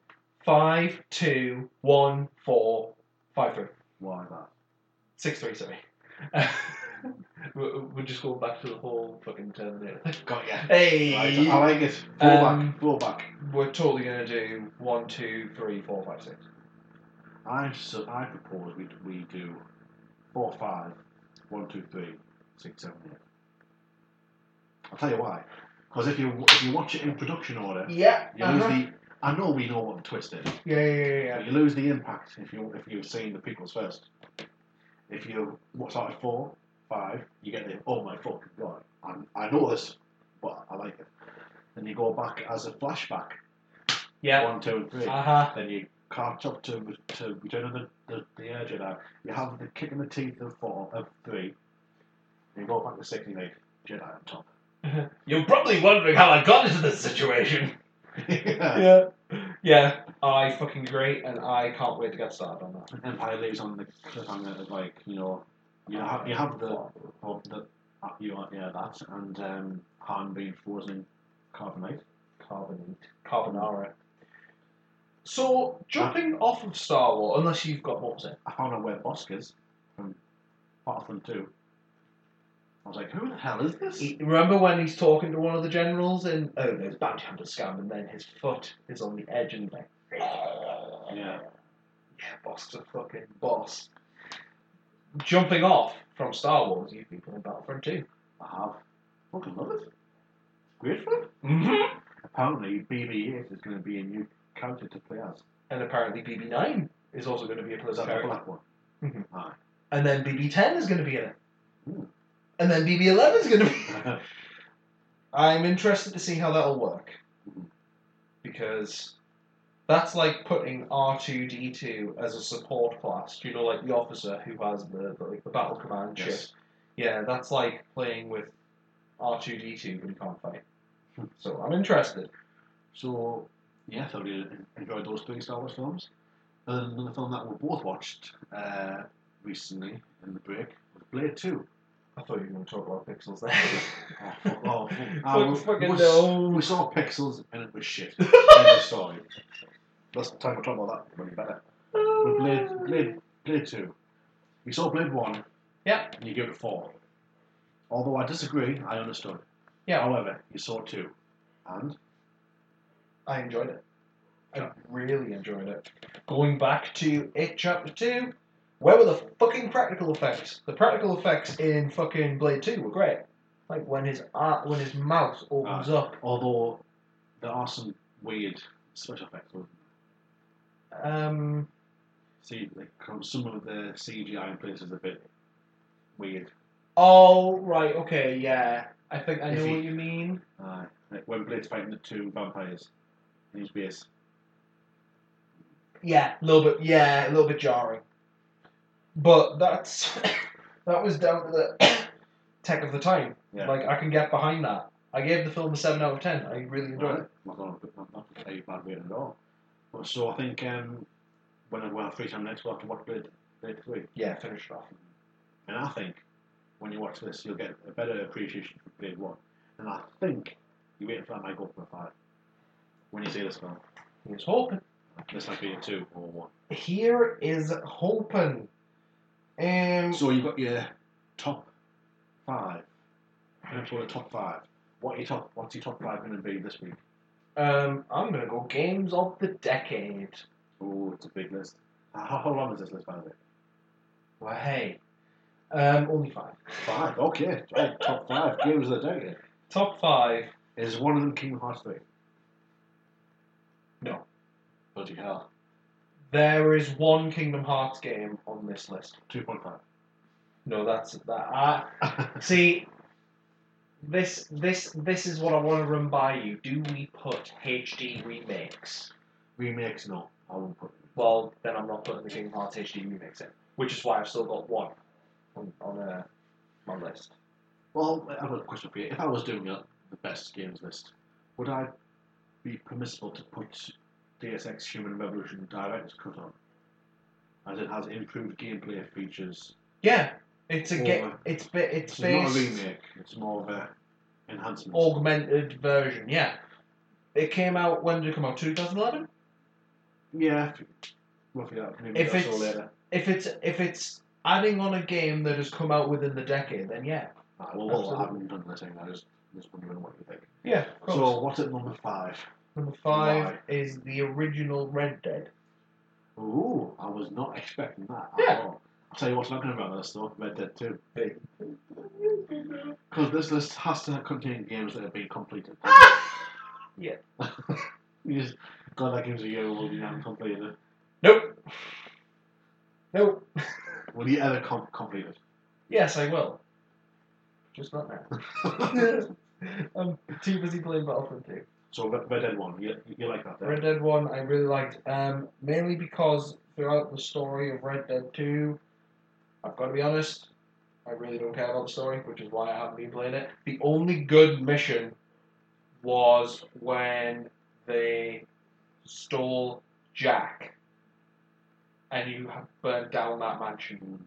five, two, one, four, five, three, Why that? six, three. Sorry. we we just go back to the whole fucking Terminator thing. Got ya. Hey, Right, I like it. Full Um, back. Full back. we're totally gonna do one, two, three, four, five, six. I so I propose we we do four, five, one, two, three, six, seven, eight. I'll tell you why. Because if you if you watch it in production order, Yeah, Uh-huh. you lose the. I know we know what the twist is. yeah, yeah, yeah, yeah. But you lose the impact if you if you've seen the pickles first. If you what's out at four, five, you get the oh my fucking god, I'm, I know this, but I like it. Then you go back as a flashback, Yeah. one, two, and three. Uh huh. Then you catch up to to Return of the the, the Air Jedi. You have the kick in the teeth of four of three. And you go back to six and you make Jedi on top. You're probably wondering how I got into this situation. yeah. Yeah. Yeah. I fucking agree, and I can't wait to get started on that. Empire leaves on the cliffhanger of like you know you have you have the of the uh, you are, yeah that and um, Han being frozen in carbonite. carbonate, carbonara. So jumping off of Star Wars, unless you've got more to say. I found out where Bosk is from Battlefront Two. I was like, who the hell is this? He- remember when he's talking to one of the generals and oh, there's bounty hunter scam, and then his foot is on the edge and he's like, Yeah. yeah, Bosk's a fucking boss. Jumping off from Star Wars, you've been playing Battlefront 2. I have fucking love it. Great fun. Mm-hmm. Apparently, BB-8 is going to be a new character to play as. And apparently BB9 is also going to be a Is political that the character. black one? Mhm. Aye. And then BB10 is going to be in it. Ooh. And then BB11 is going to be. I'm interested to see how that'll work. Mhm. Because that's like putting R2D2 as a support class. You know, like the officer who has the the, like, the battle command chip. yes. Yeah, that's like playing with R2D2, but he can't fight. so I'm interested. So, yeah, so we enjoyed those three Star Wars films. And another film that we both watched uh, recently in the break was Blade 2. I thought you were going to talk about pixels there. Oh, fuck, oh, fuck. Ah, Fuck- we- fucking we, s- no. we saw Pixels and it was shit. End of story. That's the time we'll talk about that when you better. But Blade, Blade, Blade 2. We saw Blade 1. Yeah. And you give it 4. Although I disagree, I understood. Yeah. However, you saw 2. And? I enjoyed it. I really enjoyed it. Going back to it, chapter two, where were the fucking practical effects? The practical effects in fucking Blade Two were great. Like when his art, when his mouth opens Ah. up. Although there are some weird special effects. with- Um, See, like, com- some of the CGI in places are a bit weird. oh right, okay, yeah. I think I If know he- what you mean. Uh, like when Blade's fighting the two vampires in his base. Yeah, a little bit. Yeah, a little bit jarring. But that's that was down to the tech of the time. Yeah. Like I can get behind that. I gave the film a seven out of ten. I really enjoyed it. Right. Not gonna put not, not a bad weight at all. But so I think um, when I when I free time next we'll have to watch Blade Blade Three. Yeah, finished it off. And I think when you watch this you'll get a better appreciation for Blade One. And I think you wait for that might go for a five. When you see this film. Here's hoping. This might be a two or a one. Here is hoping. Um, So you've got your top five. And for the top five. What your top what's your top five gonna be this week? um, I'm gonna go games of the decade. Oh, it's a big list. Uh, How, how long is this list by the way? Well, hey, um, only five. Five, okay. Right, top five games of the decade. Top five. Is one of them Kingdom Hearts 3? No. Bloody hell. There is one Kingdom Hearts game on this list. 2.5. No, that's that. I, see, this this this is what I want to run by you. Do we put HD remakes? Remakes, no. I won't put them. Well, then I'm not putting the Kingdom Hearts HD remakes in, which is why I've still got one on on uh, my list. Well, I've got a question for you. If I was doing a, the best games list, would I be permissible to put Deus Ex Human Revolution Director's Cut on? As it has improved gameplay features. Yeah, it's a game. Or- It's ba- it's It's not a based remake, it's more of a enhancement. augmented version. Yeah, it came out when did it come out? 2011. yeah, roughly that. Maybe If that's all it's- later. If it's if it's adding on a game that has come out within the decade, then yeah. Right, Ah, well, well, Absolutely. I haven't done this thing. I just just wondering what you think. Yeah, of course. So what's at number five? Number five Why? is the original Red Dead. Ooh, I was not expecting that at Yeah. all. I'll tell you what's not going to be on this though, Red Dead 2. Because this list has to contain games that have been completed. Yeah. you just, God, that game's a year old, you haven't completed it. Nope. Nope. Will you ever com- complete it? Yes, I will. Just not now. I'm too busy playing Battlefield 2. so Red Red Dead 1, you, you like that then? Red Dead 1 I really liked, um, mainly because throughout the story of Red Dead 2, I've got to be honest, I really don't care about the story, which is why I haven't been playing it. The only good mission was when they stole Jack and you ha- burned down that mansion.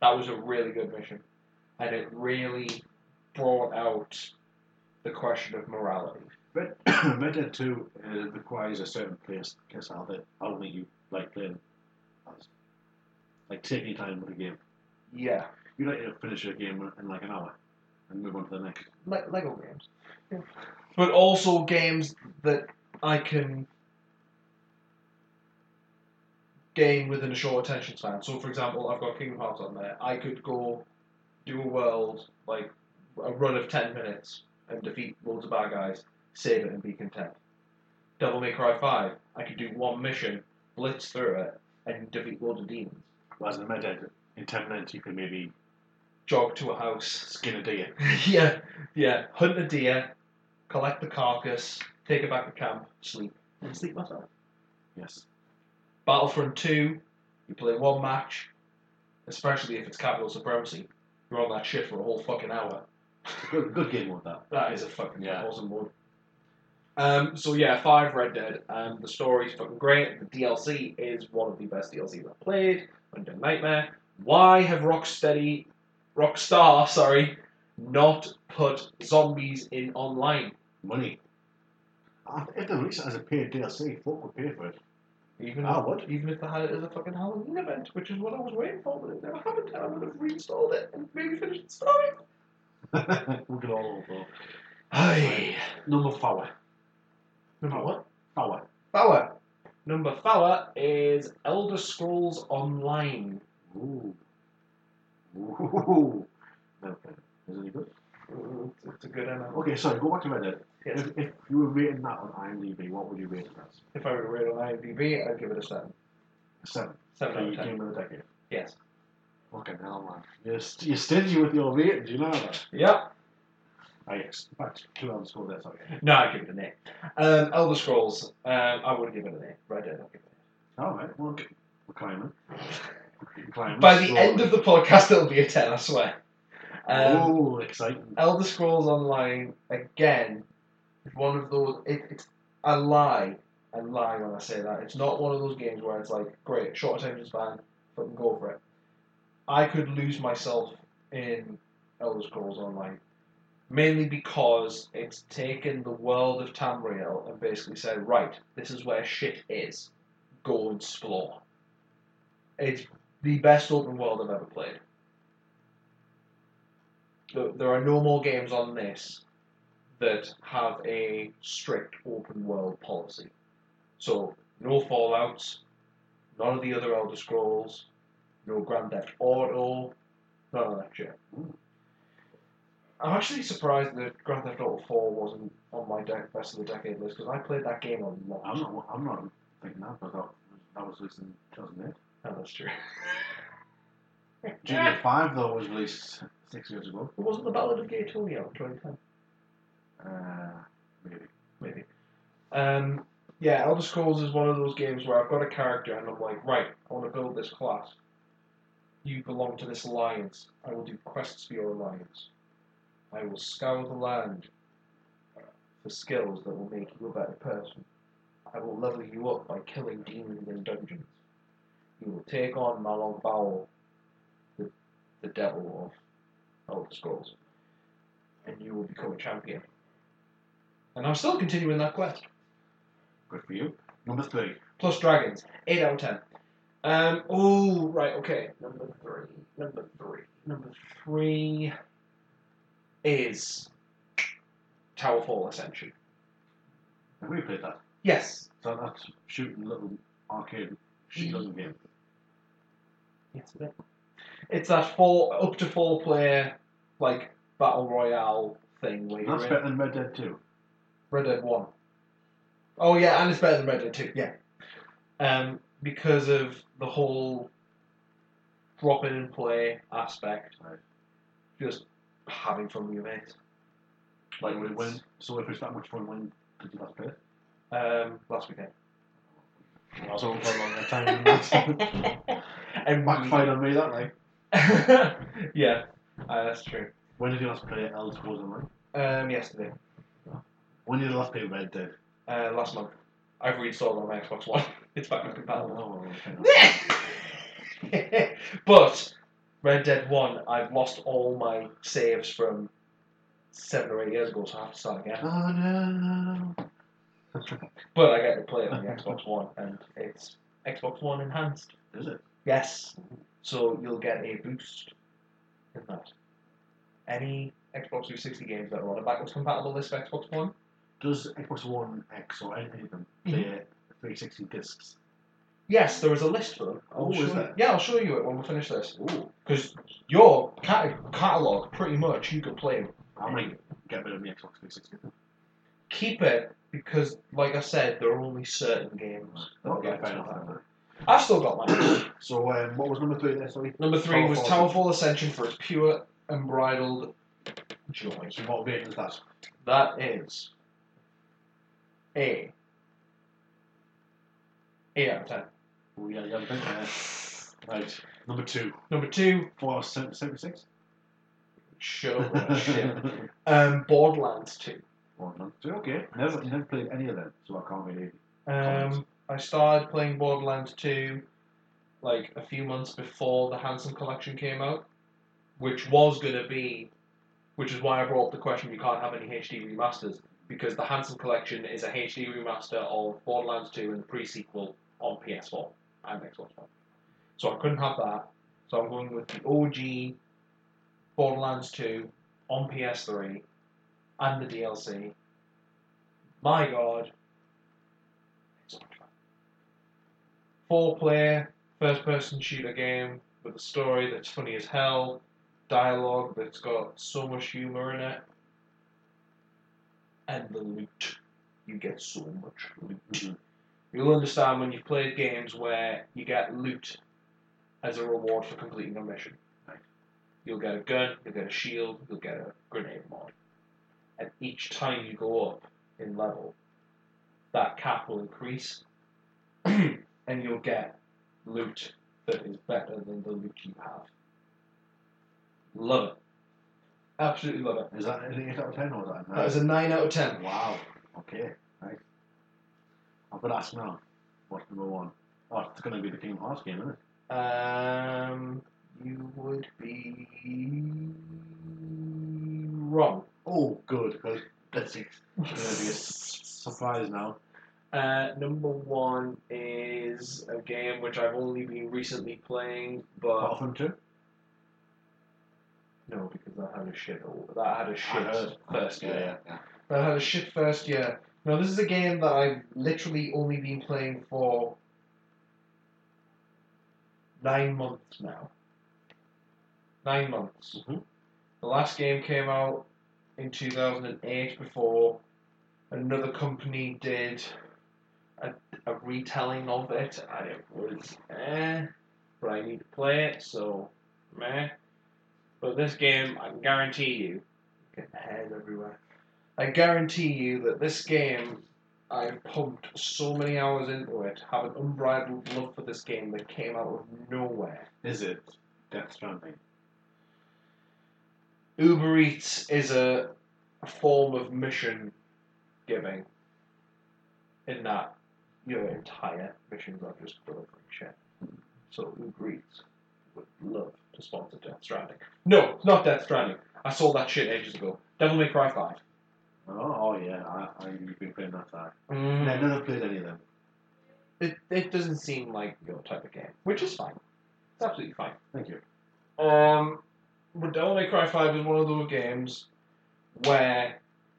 That was a really good mission, and it really brought out the question of morality. Red, Red Dead 2 uh, requires a certain place because I think, I don't think you like playing as- like taking your time with a game. Yeah. You like to finish a game in like an hour and move on to the next. Le- Lego games. But also games that I can gain within a short attention span. So, for example, I've got Kingdom Hearts on there. I could go do a world, like a run of 10 minutes, and defeat loads of bad guys, save it, and be content. Devil May Cry 5, I could do one mission, blitz through it, and defeat loads of demons. Whereas in Red Dead, in 10 minutes you can maybe Jog to a house, skin a deer. yeah, yeah. Hunt the deer, collect the carcass, take it back to camp, sleep, and sleep myself. Yes. Battlefront 2, you play one match, especially if it's capital supremacy. You're on that shit for a whole fucking hour. Good, good game with that. That is a fucking Yeah. awesome one. Um, so yeah, five Red Dead. Um, the story's fucking great. The DLC is one of the best DLCs I've played. Under Nightmare. Why have Rocksteady, Rockstar, sorry, not put zombies in online? Money. I th- If they release it as a paid DLC, folk would pay for it. Even I would. even if they had it as a fucking Halloween event, which is what I was waiting for, but it never happened. I would have reinstalled it and maybe finished the story. we could all go. Hey, Number four. number what? Four. Power. Number four is Elder Scrolls Online. Ooh. Ooh. Okay. Is it any good? It's a good MMO. Okay, sorry, go back to Red Dead. Yes. If, if you were rating that on IMDb, what would you rate it as? If I were to rate it on IMDb, I'd give it a seven. A Seven. Seven So out you of ten. came with a decade. Yes. Fucking hell, man. You're, st- you're stingy with your ratings, you know that? Yep. I expect Ah, two on score there, sorry. No, I'd give it an eight. Um, Elder Scrolls. Um, I would give it an eight, but I don't. I'd give it Alright, well, okay. we're climbing. We're an climbing eight. By the slowly. end of the podcast, it'll be a ten. I swear. Um, oh, exciting. Elder Scrolls Online again is one of those. It, it's I lie and lie when I say that. It's not one of those games where it's like great short attention span, fucking go for it. I could lose myself in Elder Scrolls Online mainly because it's taken the world of Tamriel and basically said, right, this is where shit is. Go and explore. It's the best open world I've ever played. Th- There are no more games on this that have a strict open world policy. So, no Fallouts, none of the other Elder Scrolls, no Grand Theft Auto, none of that shit. Hmm. I'm actually surprised that Grand Theft Auto 4 wasn't on my dec best of the decade list because I played that game a lot. I'm not, I'm not thinking that, but that, that was released in 2008. No, that's true. GTA 5, though, was released six years ago. It wasn't the Ballad of Gay Tony out in 2010, Uh, maybe. maybe. Um, yeah, Elder Scrolls is one of those games where I've got a character and I'm like, right, I want to build this class. You belong to this alliance. I will do quests for your alliance. I will scour the land for skills that will make you a better person. I will level you up by killing demons in dungeons. You will take on Malog Bowl, the, the devil of Elder Scrolls, and you will become a champion. And I'm still continuing that quest. Good for you. Number three. Plus dragons, 8 out of 10. Um. Oh, right. Okay. Number three. Number three. Number three is Tower Fall Ascension. Have we played that? Yes. So that's shooting little arcade Mm. shooting game. Yes, it is. It's that four up to four player like battle royale thing where you're That's in better than Red Dead 2. Red Dead One. Oh yeah, and it's better than Red Dead Two. Yeah. Um, because of the whole drop in and play aspect, Right. just having fun with your mates. Like when, when so if it's that much fun, when did you last play it? Um, last weekend. I was over for a longer time than that. and Backfired on me that night. yeah, uh, that's true. When did you last play Elder Scrolls Online? Um, yesterday, When did you last play Red Dead? uh, last month, I've reinstalled on my Xbox One. It's backwards compatible. Oh, okay. but Red Dead One, I've lost all my saves from seven or eight years ago, so I have to start again. Oh no. But I get to play it on the Xbox One, and it's Xbox One enhanced. Is it? Yes, so you'll get a boost in that. Any Xbox 360 games that are on a backwards compatible list for Xbox One. Does Xbox One X or anything of them play 360 discs? Yes, there is a list for them. I'll Oh, is show you- there? Yeah, I'll show you it when we finish this. Ooh. Because your cat- catalogue, pretty much, you could play I might get rid of the Xbox 360. keep it because, like I said, there are only certain games. that Okay, get fair to enough. that. then. I've still got mine. So um, what was number three there? Sorry. Number three was Towerfall. Towerfall Ascension for its pure unbridled joy. So what game is that? That is a eight out of ten. Oh, yeah, yeah, I think, uh, Right. Number two. Number two, Four seven seventy six. show shit. Um, Borderlands two. One number two. Okay. Never never played any of them, so I can't really. Um, I started playing Borderlands 2 like a few months before the Handsome Collection came out, which was going to be, which is why I brought up the question you can't have any HD remasters, because the Handsome Collection is a HD remaster of Borderlands 2 and the pre sequel on PS4 and Xbox One. So I couldn't have that, so I'm going with the OG Borderlands 2 on PS3 and the DLC. My god. Four player, first person shooter game with a story that's funny as hell, dialogue that's got so much humour in it, and the loot. You get so much loot. Mhm. You'll understand when you've played games where you get loot as a reward for completing a mission. Right. You'll get a gun, you'll get a shield, you'll get a grenade mod. And each time you go up in level, that cap will increase, and you'll get loot that is better than the loot you have. Love it. Absolutely love it. Is that an eight out of ten or is that? a That is a 9 out of 10. Wow. Okay. Right. I'm gonna ask now. What's number one? Oh, it's gonna be the Kingdom Hearts game, isn't it? Um, you would be wrong. Oh, good. Because that's six. It's gonna be a s- surprise now. Uh, number one is a game which I've only been recently playing, but Battlefront two. no, because that had a shit. That had a I shit heard. first year. Yeah, yeah. that had a shit first year. Now this is a game that I've literally only been playing for nine months now. Nine months. Mhm. The last game came out in two thousand and eight before another company did a, a retelling of it, and it was eh. But I need to play it, so meh. But this game, I can guarantee you, get hairs everywhere. I guarantee you that this game, I've pumped so many hours into it, have an unbridled love for this game that came out of nowhere. Is it Death Stranding? Uber Eats is a, a form of mission giving, in that your entire missions are just delivering shit. So Uber Eats would love to sponsor Death Stranding. No, not Death Stranding. I saw that shit ages ago. Devil May Cry 5. Oh, oh yeah, I, I, you've been playing that side. Mm. No, I've never played any of them. It, it doesn't seem like your type of game, which is fine. It's absolutely fine. Thank you. Um, but Devil May Cry 5 is one of those games where,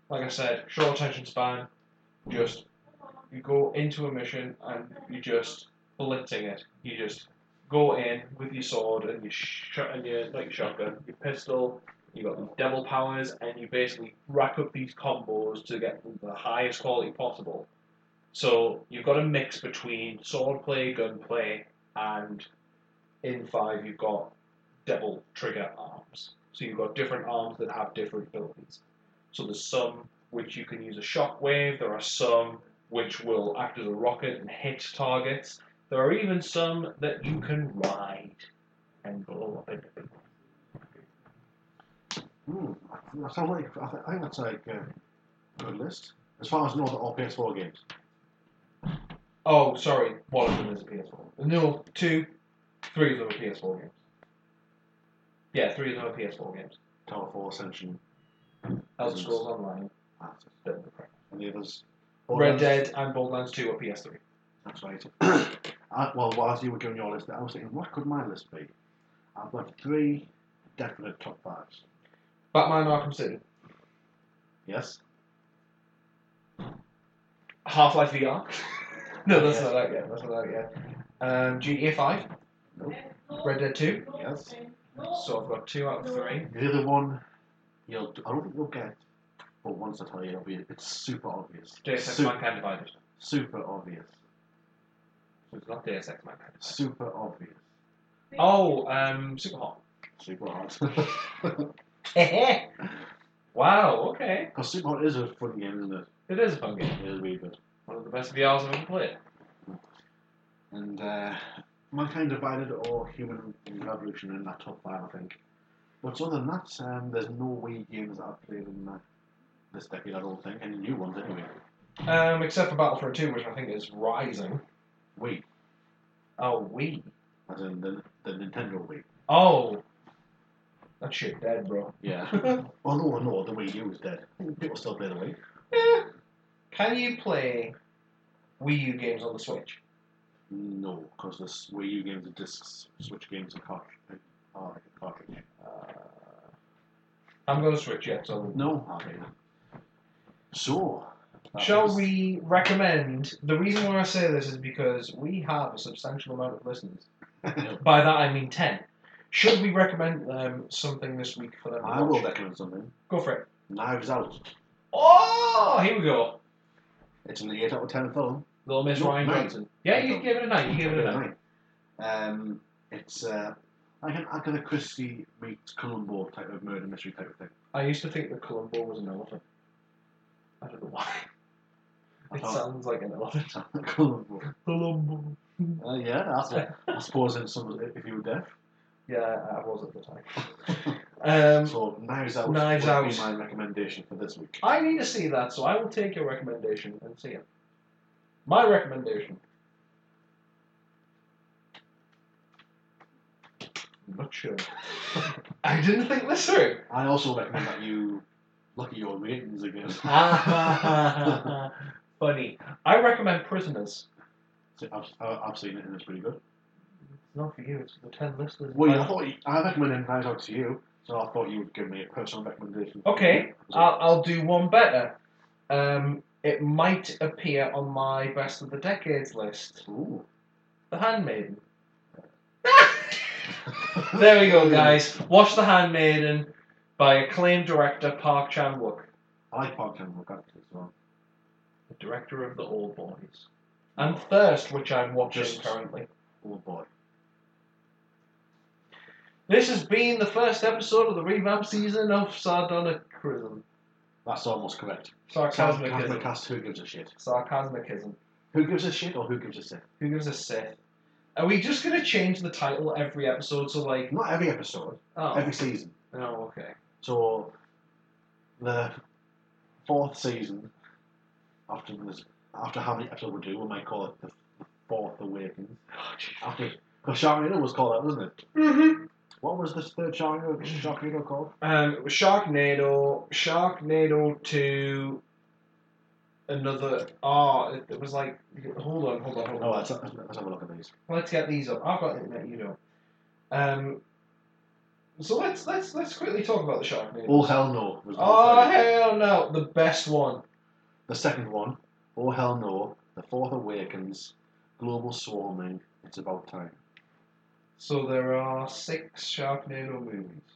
like I said, short attention span, just you go into a mission and you're just blitzing it. You just go in with your sword and your, sh- and your like shotgun, your pistol, you got these devil powers, and you basically rack up these combos to get the highest quality possible. So you've got a mix between sword play, gun play, and in 5 you've got devil trigger arms. So you've got different arms that have different abilities. So there's some which you can use a shockwave, there are some which will act as a rocket and hit targets. There are even some that you can ride and blow up into people. Hmm. That sounds like I, th- I think that's like uh, a good list. As far as I know, they're all PS4 games. Oh, sorry, one of them is a PS4. No, two, three of them are PS4 games. Yeah, three of them are PS4 games. Tower 4, Ascension, Elder Business. Scrolls Online, that's it. Devil May Cry. and the others. Red Dead and Borderlands 2 are PS3. That's right. I, well, whilst you were doing your list, I was thinking, what could my list be? I've got three definite top fives. Batman Arkham City, Yes? Half Life VR. no, that's Yes. not out yet. That's not out yet. Um, GTA 5, Nope. Red Dead 2. Yes. So I've got two out of three. The other one, you'll, I don't think you'll get, but once I tell you, it'll be, it's super obvious. Deus Ex Su- Mankind Divided. super obvious. It's not Deus Ex Mankind. Super obvious. Oh, um, Super Hot. Super hard. wow, okay. Because Super Hot is a fun game, isn't it? It is a fun game. It is really good. One of the best VRs I've ever played. And uh, Mankind Divided or Human Revolution in that top five, I think. But other than that, um, there's no Wii games that I've played in uh, this decade, I don't think. Any new ones, anyway. Um, except for Battlefront 2, which I think is rising. Wii, Oh, we. as in the, the Nintendo Wii. Oh. That shit dead, bro. Yeah. oh, no, no, the Wii U is dead. People still play the Wii. Eh, Can you play Wii U games on the Switch? No, because this Wii U games are discs, Switch games are cartridge. Are cartridge. Uh, I'm going to Switch yet, so. No, I mean. So, that Shall is- we recommend? The reason why I say this is because we have a substantial amount of listeners. By that I mean 10. Should we recommend them something this week for them? to I will watch? recommend something. Go for it. Knives Out. Oh, here we go. It's an 8 out of 10 film. Little Miss No, Ryan nine. Johnson. Yeah, you Nine. gave it a nine. You gave it a nine. Um, it's uh, like an Agatha Christie meets Columbo type of murder mystery type of thing. I used to think that Columbo was an elephant. I don't know why. I It thought- sounds like an elephant. Columbo. Columbo. Uh, yeah, that's it. I suppose in some, if you were deaf. Yeah, I was at the time. Um, so Knives Out Knives would be Out. my recommendation for this week. I need to see that, so I will take your recommendation and see it. My recommendation. Not sure. I didn't think this through. I also recommend that you look at your ratings again. Funny. I recommend Prisoners. So I've, I- I've seen it and it's pretty good. It's not for you, it's for the 10 listeners. Well, yeah, I thought you, I recommended Knives Out to you, so I thought you would give me a personal recommendation. Okay, So- I'll, I'll do one better. Um, it might appear on my Best of the Decades list Ooh. The Handmaiden. There we go, guys. Watch The Handmaiden by acclaimed director Park Chan Wook, I like Park Chan Wook actually as well. the director of The Old Boys, and Thirst, which I'm watching Just- currently. Oh boy. This has been the first episode of the revamp season of Sardonicism. That's almost correct. Cast the Sarcasmicism. cast, who gives a shit? Sarcasmicism. Who gives a shit or who gives a shit? Who gives a Sith? Are we just going to change the title every episode to like. Not every episode, Oh, every season. oh okay. So, the fourth season, after this, after how many episodes we do, we might call it the, the Fourth Awakening. After, because Sharknado was called that, wasn't it? Mm-hmm. What was this third Sharknado, Sharknado called? Um, it was Sharknado, Sharknado 2, another. Ah, it, it was like, hold on, hold on, hold on. Oh, let's, let's have a look at these. Let's get these up. I've got internet, you don't. Um, so let's let's let's quickly talk about the Sharknado. Oh hell no. Was number Oh three. hell no, the best one. The second one, oh hell no. The fourth awakens. Global swarming. It's about time. So there are six Sharknado movies.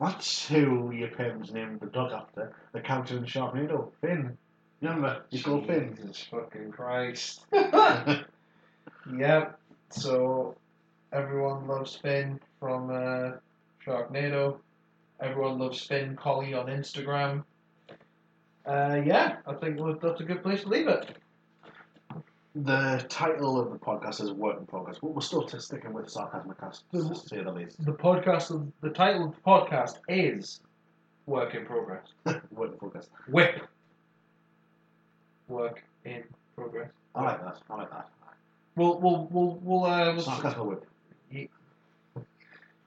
That's who your parents named the dog after. The Captain Sharknado. Finn. Remember, he's called Finn. Jesus fucking Christ. yep. So everyone loves Finn from uh, Sharknado. Everyone loves Finn Collie on Instagram. Uh, yeah, I think we've- that's a good place to leave it. The title of the podcast is Work in Progress, but we're still t- sticking with Sarcasmicast, Mm-hmm. to say the least. The podcast, of, the title of the podcast is Work in Progress. Work in Progress. Whip. Work in progress. I like that. I like that. We'll we'll we'll we'll. Uh, we'll Sarcasm whip.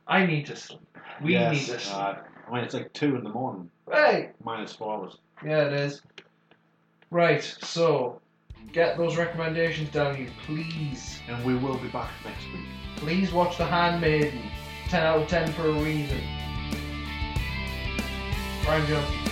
I need to sleep. We need to sleep. uh, I mean, it's like 2 in the morning, Right. minus 4 hours. Yeah, it is. Right. So, get those recommendations down, you please. And we will be back next week. Please watch The Handmaiden. Ten out of ten for a reason. Brian Jones.